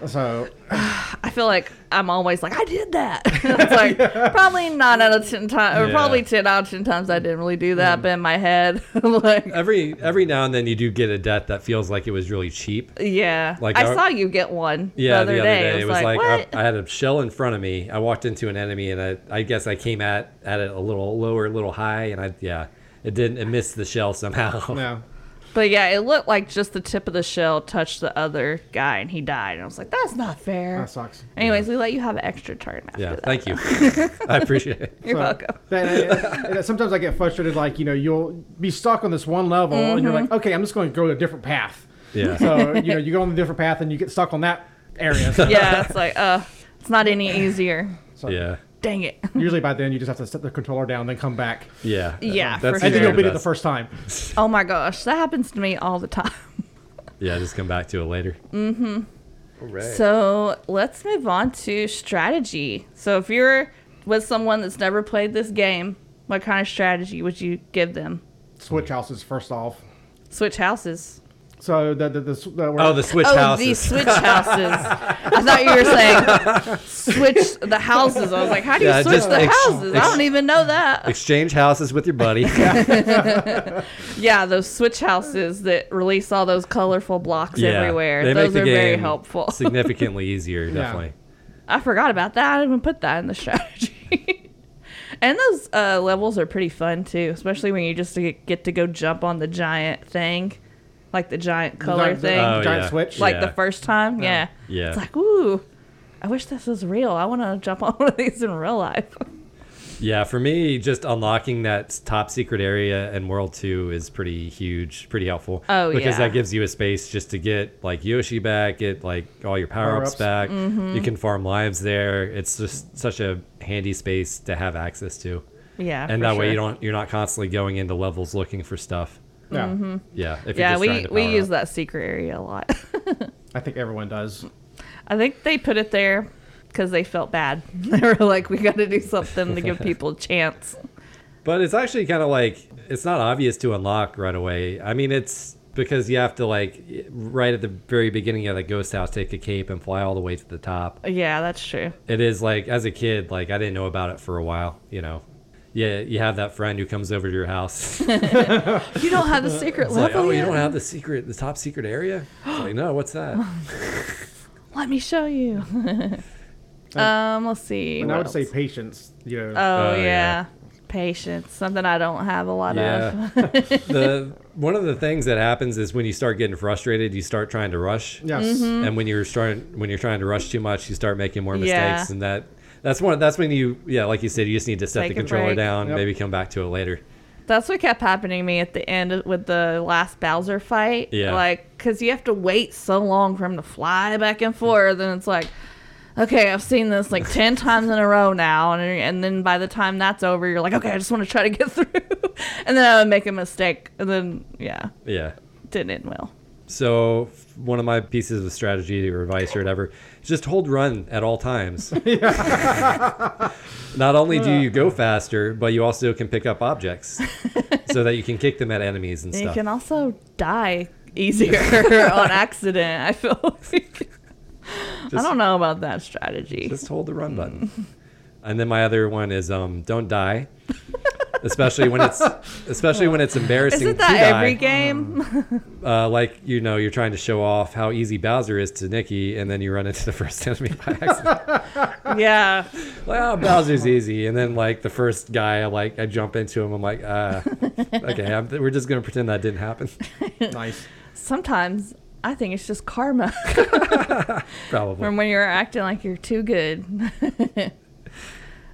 [SPEAKER 3] so
[SPEAKER 2] I feel like I'm always like, I did that. it's like probably nine out of ten times, or
[SPEAKER 1] Yeah.
[SPEAKER 2] probably ten out of ten times I didn't really do that, but in my head, I'm like,
[SPEAKER 1] Every every now and then you do get a death that feels like it was really cheap.
[SPEAKER 2] yeah.
[SPEAKER 1] Like
[SPEAKER 2] I
[SPEAKER 1] our-
[SPEAKER 2] saw you get one
[SPEAKER 1] Yeah,
[SPEAKER 2] the other day. I was, like, what?
[SPEAKER 1] I, I had a shell in front of me. I walked into an enemy, and I, I guess I came at at it a little lower, a little high, and I yeah, it didn't it missed the shell somehow.
[SPEAKER 3] no
[SPEAKER 2] but yeah, it looked like just the tip of the shell touched the other guy, and he died. And I was like, that's not fair.
[SPEAKER 3] that sucks.
[SPEAKER 2] Anyways, we let you have an extra turn after
[SPEAKER 1] Yeah,
[SPEAKER 2] that.
[SPEAKER 1] thank you. I appreciate it.
[SPEAKER 2] You're
[SPEAKER 3] So,
[SPEAKER 2] welcome.
[SPEAKER 3] that- and sometimes I get frustrated, like you know, you'll be stuck on this one level, and you're like,
[SPEAKER 2] Mm-hmm.
[SPEAKER 3] okay, I'm just going to go a different path.
[SPEAKER 1] Yeah.
[SPEAKER 3] So you know, you go on the different path, and you get stuck on that area. So
[SPEAKER 2] Yeah, it's like, uh, it's not any easier.
[SPEAKER 1] Yeah,
[SPEAKER 2] Dang it.
[SPEAKER 3] usually by then, you just have to set the controller down, then come back,
[SPEAKER 1] yeah,
[SPEAKER 2] Yeah,
[SPEAKER 1] That's
[SPEAKER 2] for
[SPEAKER 3] and then
[SPEAKER 2] sure.
[SPEAKER 1] usually
[SPEAKER 3] you'll beat it the
[SPEAKER 1] best.
[SPEAKER 3] first time.
[SPEAKER 2] Oh my gosh, that happens to me all the time.
[SPEAKER 1] Yeah, just come back to it later. Mm-hmm. All right.
[SPEAKER 2] So let's move on to strategy. So if you're with someone that's never played this game, what kind of strategy would you give them?
[SPEAKER 3] Switch houses first off.
[SPEAKER 2] Switch houses.
[SPEAKER 3] So the the, the, the
[SPEAKER 1] oh, the switch
[SPEAKER 2] oh, the
[SPEAKER 1] houses.
[SPEAKER 2] switch houses. I thought you were saying switch the houses. I was like, how do you
[SPEAKER 1] Yeah,
[SPEAKER 2] switch
[SPEAKER 1] just
[SPEAKER 2] the
[SPEAKER 1] ex-
[SPEAKER 2] houses? I
[SPEAKER 1] ex-
[SPEAKER 2] don't even know that.
[SPEAKER 1] Exchange houses with your buddy.
[SPEAKER 2] Yeah, those switch houses that release all those colorful blocks everywhere.
[SPEAKER 1] They
[SPEAKER 2] those
[SPEAKER 1] make
[SPEAKER 2] are
[SPEAKER 1] the game
[SPEAKER 2] very helpful.
[SPEAKER 1] significantly easier, definitely.
[SPEAKER 2] I forgot about that. I didn't even put that in the strategy. and those uh, levels are pretty fun too, especially when you just get, get to go jump on the giant thing, like the giant color
[SPEAKER 3] giant-
[SPEAKER 2] thing,
[SPEAKER 3] Oh,
[SPEAKER 1] yeah.
[SPEAKER 3] Giant switch?
[SPEAKER 2] like
[SPEAKER 1] Yeah.
[SPEAKER 2] the first time. Yeah.
[SPEAKER 1] Yeah.
[SPEAKER 2] It's like, ooh, I wish this was real. I want to jump on one of these in real life.
[SPEAKER 1] Yeah, for me, just unlocking that top secret area in World 2 is pretty huge, pretty helpful.
[SPEAKER 2] Oh,
[SPEAKER 1] Because
[SPEAKER 2] yeah.
[SPEAKER 1] that gives you a space just to get, like, Yoshi back, get, like, all your power ups
[SPEAKER 3] Power-ups.
[SPEAKER 1] back.
[SPEAKER 2] Mm-hmm.
[SPEAKER 1] You can farm lives there. It's just such a handy space to have access to.
[SPEAKER 2] Yeah.
[SPEAKER 1] And
[SPEAKER 2] for
[SPEAKER 1] that way
[SPEAKER 2] sure.
[SPEAKER 1] you don't you're not constantly going into levels looking for stuff.
[SPEAKER 3] Yeah,
[SPEAKER 2] mm-hmm.
[SPEAKER 1] Yeah, if you're
[SPEAKER 2] Yeah,
[SPEAKER 1] just trying
[SPEAKER 2] we
[SPEAKER 1] to
[SPEAKER 2] we
[SPEAKER 1] power
[SPEAKER 2] use
[SPEAKER 1] up.
[SPEAKER 2] that secret area a lot.
[SPEAKER 3] I think everyone does.
[SPEAKER 2] I think they put it there because they felt bad. They were like, we got to do something to give people a chance.
[SPEAKER 1] But it's actually kind of like it's not obvious to unlock right away. I mean, it's because you have to like right at the very beginning of the ghost house take a cape and fly all the way to the top
[SPEAKER 2] Yeah, that's true.
[SPEAKER 1] it is like as a kid like i didn't know about it for a while you know yeah you have that friend who comes over to your house it's
[SPEAKER 2] You don't have the secret
[SPEAKER 1] like
[SPEAKER 2] level
[SPEAKER 1] oh you
[SPEAKER 2] yet?
[SPEAKER 1] don't have the secret the top secret area it's like no what's that
[SPEAKER 2] Let me show you. um, let's see.
[SPEAKER 3] And
[SPEAKER 2] what
[SPEAKER 3] I would say
[SPEAKER 2] else?
[SPEAKER 3] patience. You know,
[SPEAKER 2] Oh,
[SPEAKER 1] Oh,
[SPEAKER 2] yeah.
[SPEAKER 1] yeah.
[SPEAKER 2] Patience. Something I don't have a lot
[SPEAKER 1] yeah
[SPEAKER 2] of.
[SPEAKER 1] the one of the things that happens is when you start getting frustrated you start trying to rush
[SPEAKER 3] yes.
[SPEAKER 2] Mm-hmm.
[SPEAKER 1] and when you're starting when you're trying to rush too much you start making more mistakes
[SPEAKER 2] Yeah.
[SPEAKER 1] and that that's one that's when you yeah like you said you just need to set
[SPEAKER 2] Take
[SPEAKER 1] the
[SPEAKER 2] a
[SPEAKER 1] controller
[SPEAKER 2] break.
[SPEAKER 1] down
[SPEAKER 3] Yep.
[SPEAKER 1] maybe come back to it later
[SPEAKER 2] That's what kept happening to me at the end of- with the last Bowser fight.
[SPEAKER 1] Yeah.
[SPEAKER 2] Like, because you have to wait so long for him to fly back and forth, and it's like, okay, I've seen this like 10 times in a row now. And, and then by the time that's over, you're like, okay, I just want to try to get through. and then I would make a mistake. And then, yeah,
[SPEAKER 1] yeah
[SPEAKER 2] didn't end well.
[SPEAKER 1] so f- one of my pieces of strategy or advice or whatever is just hold run at all times not only do you go faster but you also can pick up objects so that you can kick them at enemies and
[SPEAKER 2] And
[SPEAKER 1] stuff
[SPEAKER 2] you can also die easier on accident, I feel like. I
[SPEAKER 1] Just-
[SPEAKER 2] don't know about that strategy.
[SPEAKER 1] just hold the run button. Mm. And then my other one is um, don't die, especially when it's especially when it's embarrassing
[SPEAKER 2] Isn't that
[SPEAKER 1] to die.
[SPEAKER 2] every game?
[SPEAKER 1] Uh, like you know, you're trying to show off how easy Bowser is to Nikki, and then you run into the first enemy by accident. Mm.
[SPEAKER 2] yeah.
[SPEAKER 1] like, oh, Bowser's easy, and then like the first guy, I like I jump into him. I'm like, uh, okay, I'm, we're just gonna pretend that didn't happen.
[SPEAKER 3] Nice.
[SPEAKER 2] Sometimes I think it's just karma
[SPEAKER 1] Probably.
[SPEAKER 2] from when you're acting like you're too good.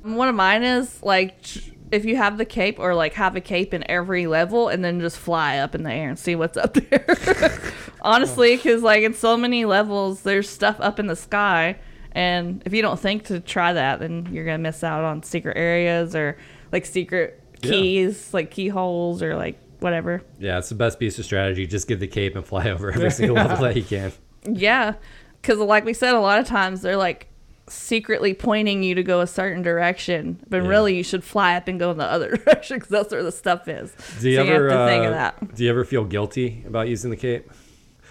[SPEAKER 2] One of mine is like ch- if you have the cape or like have a cape in every level and then just fly up in the air and see what's up there. Honestly, because like in so many levels, there's stuff up in the sky. And if you don't think to try that, then you're going to miss out on secret areas or like secret
[SPEAKER 1] Yeah.
[SPEAKER 2] keys, like keyholes or like whatever.
[SPEAKER 1] yeah, it's the best piece of strategy. Just get the cape and fly over every single level that you can.
[SPEAKER 2] Yeah, because like we said, a lot of times they're like secretly pointing you to go a certain direction, but
[SPEAKER 1] Yeah.
[SPEAKER 2] really you should fly up and go in the other direction because that's where the stuff is.
[SPEAKER 1] Do you
[SPEAKER 2] so
[SPEAKER 1] ever
[SPEAKER 2] you have to think of
[SPEAKER 1] uh,
[SPEAKER 2] that,
[SPEAKER 1] do you ever feel guilty about using the cape?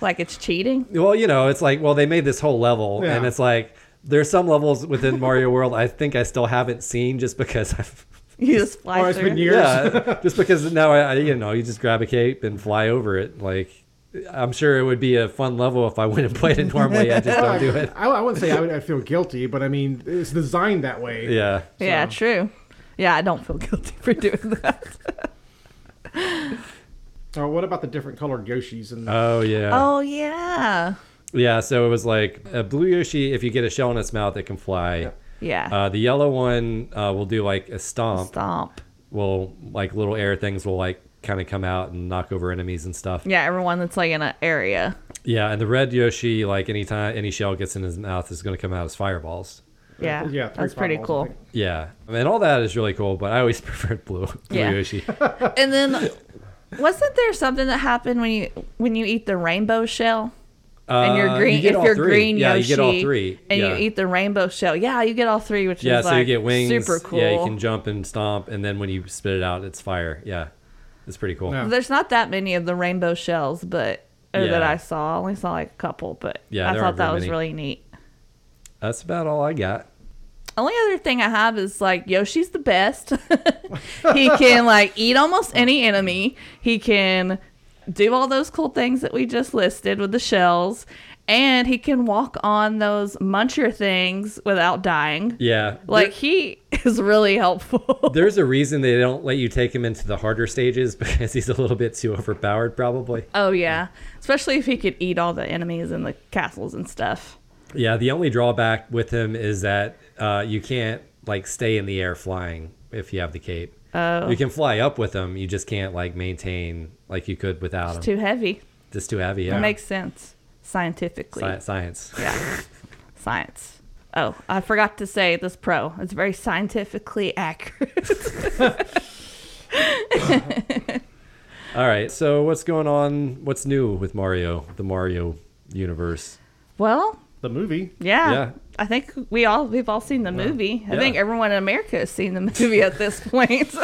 [SPEAKER 2] like it's cheating.
[SPEAKER 1] Well, you know, it's like, well, they made this whole level,
[SPEAKER 3] Yeah.
[SPEAKER 1] and it's like there's some levels within Mario World I think I still haven't seen just because I've
[SPEAKER 2] You just fly
[SPEAKER 3] Or Oh, it's
[SPEAKER 2] through.
[SPEAKER 3] been years.
[SPEAKER 1] yeah, just because now I, I you know you just grab a cape and fly over it. Like I'm sure it would be a fun level if I went and played it normally. I just don't do it.
[SPEAKER 3] I, I wouldn't say I would I feel guilty, but I mean, it's designed that way.
[SPEAKER 1] Yeah,
[SPEAKER 2] Yeah,
[SPEAKER 3] So-
[SPEAKER 2] true. Yeah, I don't feel guilty for doing that.
[SPEAKER 3] Or what about the different colored Yoshis? And
[SPEAKER 1] oh yeah,
[SPEAKER 2] oh yeah,
[SPEAKER 1] yeah. So it was like a blue Yoshi. If you get a shell in its mouth, it can fly.
[SPEAKER 2] yeah.
[SPEAKER 1] Uh, the yellow one uh, will do like a stomp.
[SPEAKER 2] Stomp.
[SPEAKER 1] Will like little air things will like kind of come out and knock over enemies and stuff.
[SPEAKER 2] Yeah, everyone that's like in an area.
[SPEAKER 1] Yeah, and the red Yoshi, like anytime any shell gets in his mouth, is going to come out as fireballs.
[SPEAKER 2] Yeah,
[SPEAKER 3] yeah, three
[SPEAKER 2] that's pretty
[SPEAKER 3] fireballs, I
[SPEAKER 2] cool.
[SPEAKER 3] think.
[SPEAKER 1] Yeah, I mean all that is really cool, but I always preferred blue, blue
[SPEAKER 2] Yeah.
[SPEAKER 1] Yoshi.
[SPEAKER 2] And then, wasn't there something that happened when you when you eat the rainbow shell? and you're
[SPEAKER 1] Uh,
[SPEAKER 2] green.
[SPEAKER 1] you get
[SPEAKER 2] if
[SPEAKER 1] all
[SPEAKER 2] you're
[SPEAKER 1] three.
[SPEAKER 2] green,
[SPEAKER 1] yeah,
[SPEAKER 2] Yoshi,
[SPEAKER 1] you get all three.
[SPEAKER 2] and
[SPEAKER 1] yeah.
[SPEAKER 2] you eat the rainbow shell. Yeah, you get all three, which
[SPEAKER 1] Yeah,
[SPEAKER 2] is
[SPEAKER 1] so
[SPEAKER 2] like
[SPEAKER 1] you get wings.
[SPEAKER 2] super cool.
[SPEAKER 1] Yeah, you can jump and stomp, and then when you spit it out, it's fire. Yeah, it's pretty cool.
[SPEAKER 3] Yeah.
[SPEAKER 2] There's not that many of the rainbow shells, but or that
[SPEAKER 1] Yeah.
[SPEAKER 2] I saw. I only saw like a couple, but
[SPEAKER 1] Yeah,
[SPEAKER 2] I
[SPEAKER 1] there
[SPEAKER 2] thought
[SPEAKER 1] aren't very
[SPEAKER 2] that was
[SPEAKER 1] many.
[SPEAKER 2] really neat.
[SPEAKER 1] That's about all I got.
[SPEAKER 2] Only other thing I have is like Yoshi's the best. he can like eat almost any enemy. He can do all those cool things that we just listed with the shells, and he can walk on those muncher things without dying.
[SPEAKER 1] Yeah,
[SPEAKER 2] Like he is really helpful.
[SPEAKER 1] There- there's a reason they don't let you take him into the harder stages because he's a little bit too overpowered, probably.
[SPEAKER 2] oh yeah, especially if he could eat all the enemies and the castles and stuff.
[SPEAKER 1] Yeah, the only drawback with him is that uh, you can't like stay in the air flying if you have the cape. Oh. You can fly up with him, you just can't like maintain like you could without him.
[SPEAKER 2] Too heavy.
[SPEAKER 1] just too heavy.
[SPEAKER 2] It
[SPEAKER 1] Yeah.
[SPEAKER 2] makes sense scientifically.
[SPEAKER 1] Sci- science.
[SPEAKER 2] Yeah, science. Oh, I forgot to say this pro. It's very scientifically accurate.
[SPEAKER 1] All right. So what's going on? What's new with Mario? The Mario universe.
[SPEAKER 2] well,
[SPEAKER 3] The movie.
[SPEAKER 2] yeah.
[SPEAKER 1] Yeah.
[SPEAKER 2] I think we all we've all seen the movie. I
[SPEAKER 1] yeah.
[SPEAKER 2] think everyone in America has seen the movie at this point.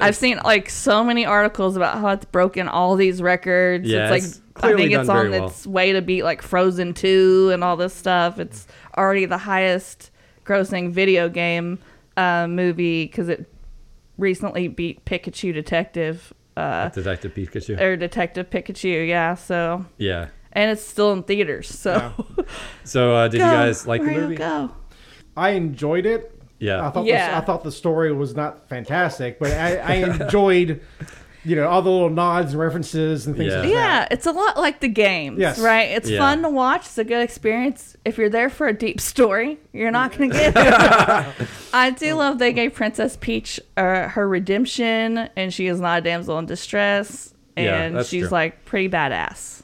[SPEAKER 2] I've seen like so many articles about how it's broken all these records.
[SPEAKER 1] Yeah, it's
[SPEAKER 2] it's like I
[SPEAKER 1] clearly
[SPEAKER 2] think it's
[SPEAKER 1] done
[SPEAKER 2] on
[SPEAKER 1] very well.
[SPEAKER 2] its way to beat like Frozen Two and all this stuff. It's already the highest grossing video game uh, movie because it recently beat Pikachu Detective uh,
[SPEAKER 1] Detective Pikachu.
[SPEAKER 2] or Detective Pikachu. Yeah, so
[SPEAKER 1] yeah.
[SPEAKER 2] and it's still in theaters. So
[SPEAKER 1] So uh, did
[SPEAKER 2] Go,
[SPEAKER 1] you guys like the
[SPEAKER 2] Mario,
[SPEAKER 1] movie?
[SPEAKER 2] Go.
[SPEAKER 3] I enjoyed it.
[SPEAKER 1] Yeah.
[SPEAKER 3] I thought
[SPEAKER 2] Yeah.
[SPEAKER 3] The, I thought the story was not fantastic, but I, I enjoyed, you know, all the little nods and references and things.
[SPEAKER 1] Yeah.
[SPEAKER 3] like that.
[SPEAKER 2] Yeah, it's a lot like the games,
[SPEAKER 3] Yes.
[SPEAKER 2] right? It's
[SPEAKER 1] Yeah.
[SPEAKER 2] fun to watch. It's a good experience. If you're there for a deep story, you're not going to get it. I do love they gave Princess Peach uh, her redemption, and she is not a damsel in distress,
[SPEAKER 1] Yeah,
[SPEAKER 2] and
[SPEAKER 1] that's
[SPEAKER 2] she's
[SPEAKER 1] true.
[SPEAKER 2] like pretty badass.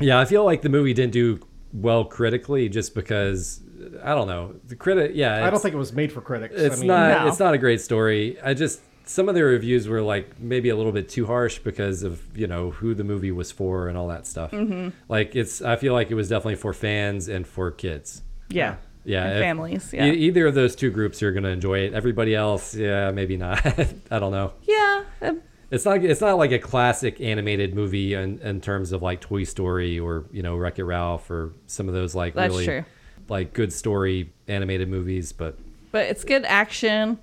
[SPEAKER 1] Yeah, I feel like the movie didn't do well critically just because I don't know. The critic yeah,
[SPEAKER 3] I don't
[SPEAKER 1] it's-
[SPEAKER 3] think it was made for critics.
[SPEAKER 1] it's
[SPEAKER 3] I mean,
[SPEAKER 1] not
[SPEAKER 2] No.
[SPEAKER 1] it's not a great story. I just some of the reviews were like maybe a little bit too harsh because of, you know, who the movie was for and all that stuff.
[SPEAKER 2] Mm-hmm.
[SPEAKER 1] Like it's I feel like it was definitely for fans and for kids.
[SPEAKER 2] Yeah.
[SPEAKER 1] Yeah,
[SPEAKER 2] And
[SPEAKER 1] if-
[SPEAKER 2] families,
[SPEAKER 1] e-
[SPEAKER 2] yeah.
[SPEAKER 1] either of those two groups are going to enjoy it. Everybody else, yeah, maybe not. I don't know.
[SPEAKER 2] Yeah. um,
[SPEAKER 1] It's not. It's not like a classic animated movie in, in terms of like Toy Story or you know Wreck It Ralph or some of those like
[SPEAKER 2] That's
[SPEAKER 1] really
[SPEAKER 2] true.
[SPEAKER 1] like good story animated movies. But
[SPEAKER 2] But it's good action.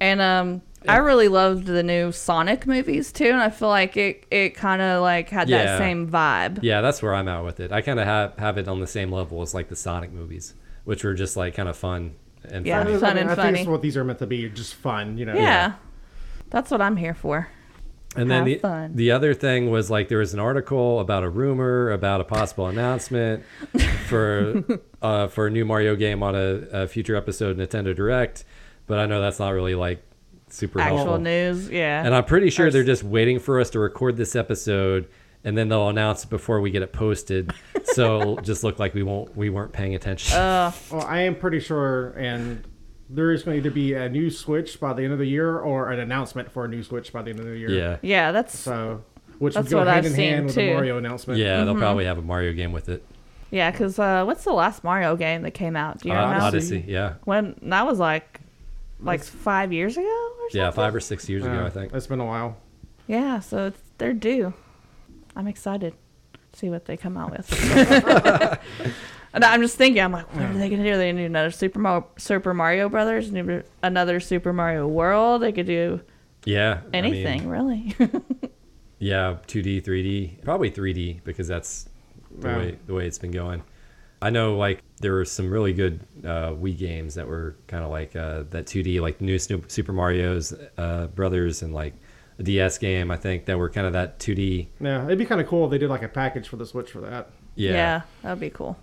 [SPEAKER 2] And um, I really loved the new Sonic movies too. And I feel like it, it kind of like had
[SPEAKER 1] Yeah.
[SPEAKER 2] that same vibe.
[SPEAKER 1] yeah, that's where I'm at with it. I kind of have have it on the same level as like the Sonic movies, which were just like kind of fun and
[SPEAKER 2] Yeah.
[SPEAKER 1] funny.
[SPEAKER 2] Fun
[SPEAKER 3] I, mean,
[SPEAKER 2] and
[SPEAKER 3] I think
[SPEAKER 2] funny.
[SPEAKER 3] it's what these are meant to be. Just fun, you know.
[SPEAKER 2] Yeah. That's what I'm here for.
[SPEAKER 1] And then
[SPEAKER 2] Have
[SPEAKER 1] the
[SPEAKER 2] fun.
[SPEAKER 1] the other thing was like there was an article about a rumor about a possible announcement for uh, for a new Mario game on a, a future episode Nintendo Direct, but I know that's not really like super
[SPEAKER 2] Actual
[SPEAKER 1] helpful.
[SPEAKER 2] news. Yeah.
[SPEAKER 1] And I'm pretty sure they're just waiting for us to record this episode, and then they'll announce it before we get it posted. so it'll just look like we won't we weren't paying attention.
[SPEAKER 2] Oh.
[SPEAKER 3] Well, I am pretty sure, and there is going to either be a new Switch by the end of the year or an announcement for a new Switch by the end of the year.
[SPEAKER 1] yeah, yeah,
[SPEAKER 2] yeah, that's
[SPEAKER 3] So, which
[SPEAKER 2] That's
[SPEAKER 3] would go
[SPEAKER 2] what
[SPEAKER 3] hand
[SPEAKER 2] I've
[SPEAKER 3] in
[SPEAKER 2] seen,
[SPEAKER 3] hand with
[SPEAKER 2] too.
[SPEAKER 3] the Mario announcement.
[SPEAKER 1] they'll probably have a Mario game with it.
[SPEAKER 2] yeah. Because uh, what's the last Mario game that came out? Do you
[SPEAKER 1] Uh,
[SPEAKER 2] remember?
[SPEAKER 1] Odyssey, yeah,
[SPEAKER 2] When that was like, like five years ago or something.
[SPEAKER 1] yeah, five or six years ago,
[SPEAKER 3] Uh,
[SPEAKER 1] I think.
[SPEAKER 3] It's been a while.
[SPEAKER 2] Yeah. So it's, they're due. I'm excited. to See what they come out with. And I'm just thinking. I'm like, what are they gonna do? Are they gonna do another Super Mario, Super Mario Brothers, new- another Super Mario World? They could do
[SPEAKER 1] Yeah, I mean,
[SPEAKER 2] anything, really.
[SPEAKER 1] Yeah, 2D, 3D, probably 3D because that's the
[SPEAKER 3] Wow.
[SPEAKER 1] way the way it's been going. I know like there were some really good uh, Wii games that were kind of like uh, that 2D, like the new Snoop, Super Mario's uh, Brothers and like a DS game. I think that were kind of that 2D.
[SPEAKER 3] Yeah, it'd be kind of cool if they did like a package for the Switch for that.
[SPEAKER 1] Yeah.
[SPEAKER 2] that'd be cool.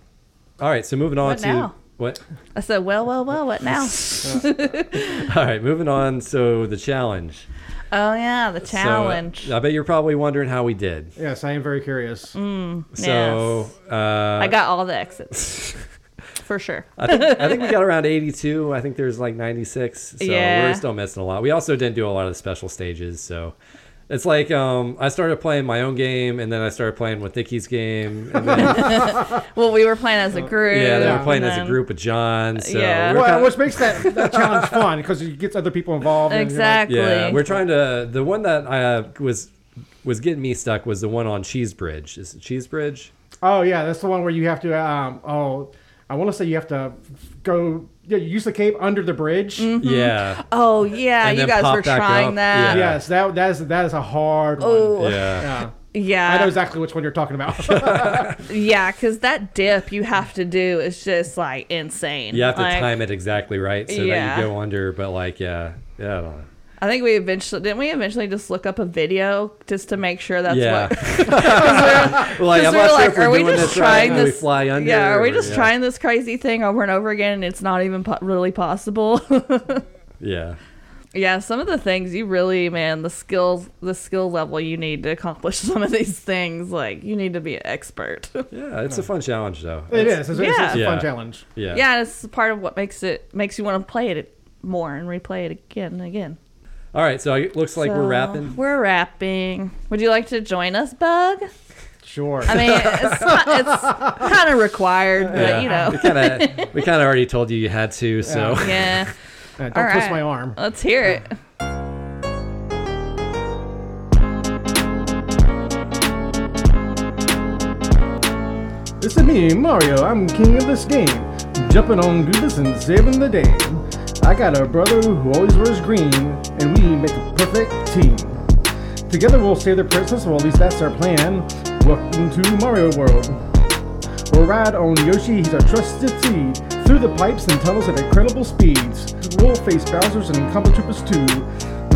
[SPEAKER 1] All right, so moving on
[SPEAKER 2] What
[SPEAKER 1] to
[SPEAKER 2] now?
[SPEAKER 1] what?
[SPEAKER 2] I said, well, well, well, what now?
[SPEAKER 1] All right, moving on. So the challenge.
[SPEAKER 2] Oh yeah, the
[SPEAKER 1] So, uh,
[SPEAKER 2] challenge.
[SPEAKER 1] I bet you're probably wondering how we did.
[SPEAKER 3] Yes, I am very curious.
[SPEAKER 1] So uh,
[SPEAKER 2] I got all the exits for sure.
[SPEAKER 1] I think, I think we got around 82. I think there's like 96. So
[SPEAKER 2] Yeah.
[SPEAKER 1] we're still missing a lot. We also didn't do a lot of the special stages. So it's like um, I started playing my own game and then I started playing with Nikki's game. And then,
[SPEAKER 2] Well, we were playing as a group.
[SPEAKER 1] yeah, they were
[SPEAKER 3] Yeah.
[SPEAKER 1] playing
[SPEAKER 2] and
[SPEAKER 1] as a
[SPEAKER 2] then-
[SPEAKER 1] group with John. So
[SPEAKER 2] Yeah.
[SPEAKER 1] we're
[SPEAKER 3] Well,
[SPEAKER 1] kinda-
[SPEAKER 3] which makes that, that challenge fun because it gets other people involved. and you're like-
[SPEAKER 2] Exactly.
[SPEAKER 1] yeah, we're trying to. The one that I uh, was was getting me stuck was the one on Cheese Bridge. Is it Cheese Bridge?
[SPEAKER 3] oh yeah, that's the one where you have to. Um, oh, I want to say you have to f- go. Yeah, you use the cape under the bridge.
[SPEAKER 1] Mm. Yeah.
[SPEAKER 2] Oh yeah,
[SPEAKER 1] And
[SPEAKER 2] you
[SPEAKER 1] then
[SPEAKER 2] guys
[SPEAKER 1] pop
[SPEAKER 2] were
[SPEAKER 1] back
[SPEAKER 2] trying
[SPEAKER 1] up.
[SPEAKER 2] that.
[SPEAKER 1] Yeah.
[SPEAKER 3] Yes, that that is that is a hard one.
[SPEAKER 2] Oh
[SPEAKER 1] Yeah.
[SPEAKER 3] Yeah.
[SPEAKER 2] yeah,
[SPEAKER 3] I know exactly which one you're talking about.
[SPEAKER 2] yeah, because that dip you have to do is just like insane.
[SPEAKER 1] You have to
[SPEAKER 2] Like,
[SPEAKER 1] time it exactly right so
[SPEAKER 2] Yeah.
[SPEAKER 1] that you go under. But like, yeah, yeah, I don't know.
[SPEAKER 2] I think we eventually didn't we eventually just look up a video just to make sure that's
[SPEAKER 1] yeah.
[SPEAKER 2] what.
[SPEAKER 1] like, I'm
[SPEAKER 2] Because we were
[SPEAKER 1] not sure
[SPEAKER 2] like,
[SPEAKER 1] if we're
[SPEAKER 2] are we
[SPEAKER 1] doing
[SPEAKER 2] just
[SPEAKER 1] this right,
[SPEAKER 2] trying
[SPEAKER 1] and we
[SPEAKER 2] this-
[SPEAKER 1] fly under.
[SPEAKER 2] Yeah, are we
[SPEAKER 1] or-
[SPEAKER 2] just
[SPEAKER 1] yeah.
[SPEAKER 2] trying this crazy thing over and over again and it's not even po- really possible?
[SPEAKER 1] Yeah.
[SPEAKER 2] yeah, some of the things you really, man, the skills, the skill level you need to accomplish some of these things, like you need to be an expert.
[SPEAKER 1] Yeah, it's a fun challenge though.
[SPEAKER 3] it is. It's, it's, it's a
[SPEAKER 1] Yeah.
[SPEAKER 3] fun challenge.
[SPEAKER 1] Oh. Yeah.
[SPEAKER 2] yeah, and it's part of what makes it makes you want to play it more and replay it again and again.
[SPEAKER 1] All right, so it looks like
[SPEAKER 2] So,
[SPEAKER 1] we're wrapping.
[SPEAKER 2] We're rapping. Would you like to join us, Bug?
[SPEAKER 3] Sure.
[SPEAKER 2] I mean, it's, it's kind of required, but
[SPEAKER 1] we
[SPEAKER 2] you know.
[SPEAKER 1] kind of we kind of already told you you had to. So
[SPEAKER 2] Yeah.
[SPEAKER 3] Uh, don't
[SPEAKER 2] All
[SPEAKER 3] twist
[SPEAKER 2] right.
[SPEAKER 3] my arm.
[SPEAKER 2] Let's hear it.
[SPEAKER 3] This is me, Mario. I'm king of this game. Jumping on Goobas and saving the day. I got a brother who always wears green, and we make a perfect team. Together we'll save the princess, well, at least that's our plan. Welcome to Mario World. We'll ride on Yoshi, he's our trusted seed. Through the pipes and tunnels at incredible speeds. We'll face Bowser's and Combo Troopers too.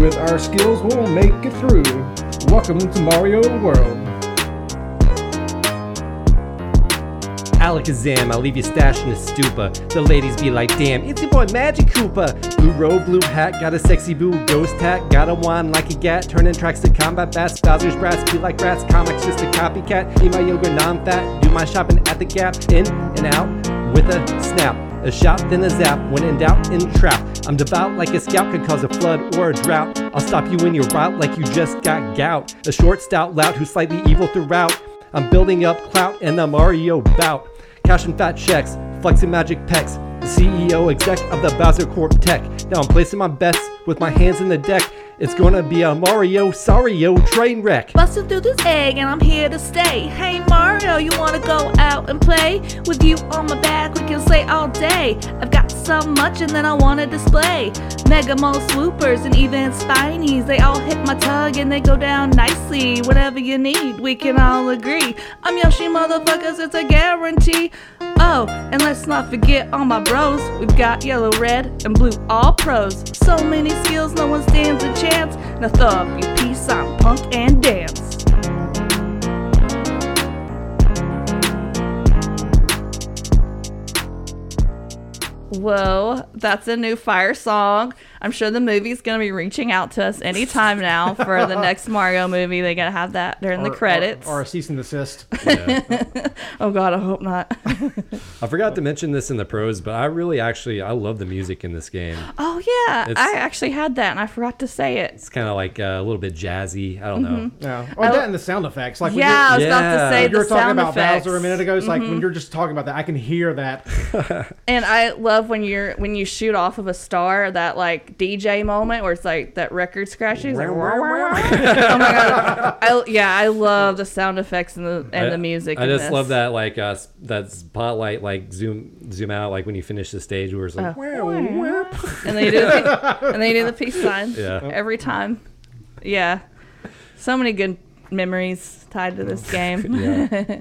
[SPEAKER 3] With our skills, we'll make it through. Welcome to Mario World.
[SPEAKER 1] Alakazam, I'll leave you stashed in a stupa. The ladies be like, damn, it's your boy Magic Koopa. Blue robe, blue hat, got a sexy boo, ghost hat, got a wand like a gat, turning tracks to combat bats, Bowser's brats, be like rats, comics just a copycat, eat my yogurt non-fat, do my shopping at the gap, in and out with a snap. A shot, then a zap, when in doubt, in trap. I'm devout like a scout could cause a flood or a drought. I'll stop you in your route like you just got gout. A short, stout lout who's slightly evil throughout. I'm building up clout in the Mario bout. Cashing fat checks, flexing magic pecs. The CEO exec of the Bowser Corp Tech. Now I'm placing my bets with my hands in the deck. It's gonna be a Mario Sario train wreck.
[SPEAKER 2] Busting through this egg and I'm here to stay. Hey Mario, you wanna go out and play? With you on my back, we can play all day. I've got so much and then I wanna display. Mega Mole swoopers and even spinies, they all hit my tug and they go down nicely. Whatever you need, we can all agree. I'm Yoshi motherfuckers, it's a guarantee. Oh, and let's not forget all my bros. We've got yellow, red, and blue, all pros. So many skills, no one stands a chance. Now throw up your peace on punk and dance. Whoa, that's a new fire song. I'm sure the movie's gonna be reaching out to us anytime now for the next Mario movie. They gotta have that during the
[SPEAKER 3] Or- or-
[SPEAKER 2] credits.
[SPEAKER 3] Or, a cease and desist.
[SPEAKER 2] oh god, I hope not.
[SPEAKER 1] I forgot to mention this in the pros, but I really actually I love the music in this game.
[SPEAKER 2] Oh yeah,
[SPEAKER 1] It's-
[SPEAKER 2] I actually had that and I forgot to say it.
[SPEAKER 1] It's kind of like uh, a little bit jazzy. I don't know.
[SPEAKER 2] Mm-hmm.
[SPEAKER 3] No. Or that and the sound effects. Like when
[SPEAKER 2] Yeah, I was
[SPEAKER 3] you're-
[SPEAKER 2] about to
[SPEAKER 1] Yeah.
[SPEAKER 2] say
[SPEAKER 1] You
[SPEAKER 3] you
[SPEAKER 2] the
[SPEAKER 3] were talking
[SPEAKER 2] sound
[SPEAKER 3] about
[SPEAKER 2] effects. Mm-hmm.
[SPEAKER 3] Bowser a minute ago. It's like when you're just talking about that, I can hear that.
[SPEAKER 2] And I love when you're when you shoot off of a star that like DJ moment where it's like that record scratches. Like, wah, wah, wah. oh my god! I, yeah, I love the sound effects and the and
[SPEAKER 1] I-
[SPEAKER 2] the music.
[SPEAKER 1] I
[SPEAKER 2] in
[SPEAKER 1] just
[SPEAKER 2] this.
[SPEAKER 1] love that like uh, s- that spotlight like zoom zoom out like when you finish the stage where it's like
[SPEAKER 2] Oh. And they do the, and they do the peace sign
[SPEAKER 1] Yeah.
[SPEAKER 2] every time. Yeah, so many good memories tied to this game.
[SPEAKER 1] Oh, Yeah.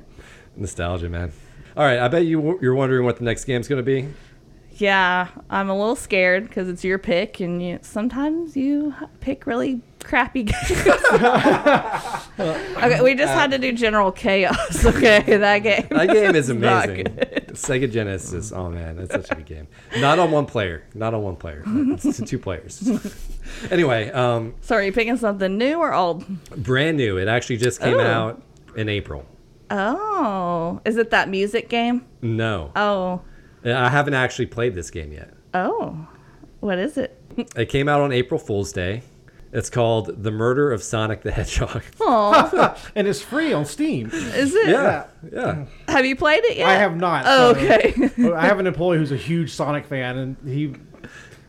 [SPEAKER 1] Nostalgia, man. All right, I bet you you're wondering what the next game's going to be.
[SPEAKER 2] Yeah, I'm a little scared because it's your pick, and you, sometimes you h- pick really crappy games. okay, we just had to do General Chaos. Okay, that game.
[SPEAKER 1] That game is
[SPEAKER 2] not
[SPEAKER 1] amazing. Sega Genesis. Oh man, that's such a good game. Not on one player. Not on one player. It's two players. anyway, um,
[SPEAKER 2] Sorry, you picking something new or old?
[SPEAKER 1] brand new. It actually just came
[SPEAKER 2] Ooh.
[SPEAKER 1] out in April.
[SPEAKER 2] Oh, is it that music game?
[SPEAKER 1] No,
[SPEAKER 2] Oh,
[SPEAKER 1] I haven't actually played this game yet.
[SPEAKER 2] oh, what is it?
[SPEAKER 1] It came out on April Fool's Day. It's called The Murder of Sonic the Hedgehog.
[SPEAKER 2] Oh,
[SPEAKER 3] and it's free on Steam.
[SPEAKER 2] is it?
[SPEAKER 1] Yeah, yeah.
[SPEAKER 2] Have you played it yet?
[SPEAKER 3] I have not.
[SPEAKER 2] Oh,
[SPEAKER 3] so-
[SPEAKER 2] okay.
[SPEAKER 3] I have an employee who's a huge Sonic fan, and he,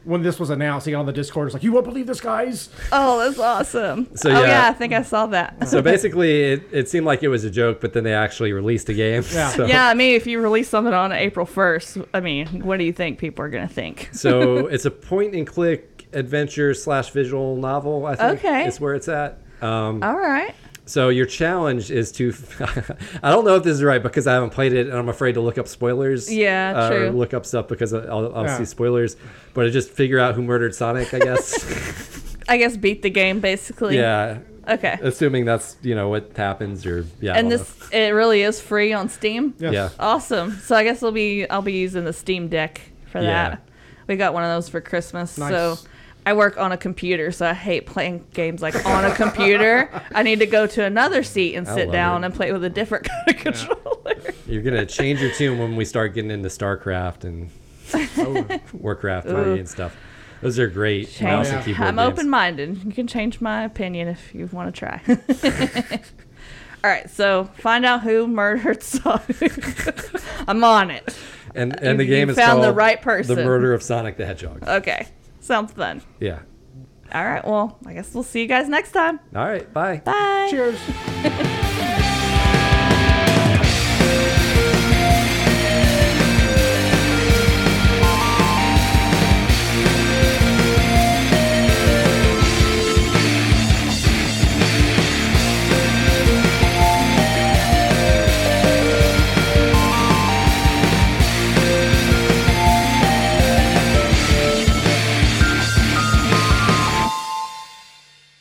[SPEAKER 3] when this was announced, he got on the Discord was like, "You won't believe this, guys."
[SPEAKER 2] oh, that's awesome.
[SPEAKER 1] So,
[SPEAKER 2] oh
[SPEAKER 1] yeah.
[SPEAKER 2] yeah, I think I saw that.
[SPEAKER 1] So basically, it, it seemed like it was a joke, but then they actually released the game.
[SPEAKER 3] Yeah.
[SPEAKER 1] So-
[SPEAKER 2] Yeah, I mean, if you release something on April 1st, I mean, what do you think people are going to think?
[SPEAKER 1] So it's a point and click adventure slash visual novel. I think
[SPEAKER 2] Okay.
[SPEAKER 1] is where it's at. Um,
[SPEAKER 2] All right.
[SPEAKER 1] so your challenge is to, I don't know if this is right because I haven't played it and I'm afraid to look up spoilers.
[SPEAKER 2] Yeah,
[SPEAKER 1] uh, Or
[SPEAKER 2] true.
[SPEAKER 1] look up stuff because I'll, I'll
[SPEAKER 3] Yeah.
[SPEAKER 1] see spoilers. But I just figure out who murdered Sonic, I guess.
[SPEAKER 2] I guess beat the game, basically.
[SPEAKER 1] yeah,
[SPEAKER 2] Okay.
[SPEAKER 1] assuming that's you know what happens or yeah. I
[SPEAKER 2] and
[SPEAKER 1] don't
[SPEAKER 2] this, it really is free on Steam.
[SPEAKER 1] know.
[SPEAKER 3] Yes.
[SPEAKER 1] yeah.
[SPEAKER 2] Awesome. So I guess I'll be, I'll be using the Steam Deck for
[SPEAKER 1] Yeah.
[SPEAKER 2] that. We got one of those for Christmas.
[SPEAKER 3] Nice.
[SPEAKER 2] So I work on a computer, so I hate playing games like on a computer. I need to go to another seat and sit
[SPEAKER 1] love
[SPEAKER 2] down
[SPEAKER 1] it.
[SPEAKER 2] and play with a different kind of controller.
[SPEAKER 1] You're gonna change your tune when we start getting into StarCraft and Warcraft three and stuff. Those are great mouse and
[SPEAKER 3] Yeah.
[SPEAKER 1] keyboard
[SPEAKER 2] I'm
[SPEAKER 1] games.
[SPEAKER 2] open minded. You can change my opinion if you want to try. All right, so find out who murdered Sonic. I'm on it.
[SPEAKER 1] And and the
[SPEAKER 2] You- you
[SPEAKER 1] game is
[SPEAKER 2] found the
[SPEAKER 1] called
[SPEAKER 2] right person.
[SPEAKER 1] The Murder of Sonic the Hedgehog.
[SPEAKER 2] Okay, sounds fun.
[SPEAKER 1] Yeah.
[SPEAKER 2] All right, well, I guess we'll see you guys next time.
[SPEAKER 1] All right. Bye.
[SPEAKER 2] Bye.
[SPEAKER 3] Cheers.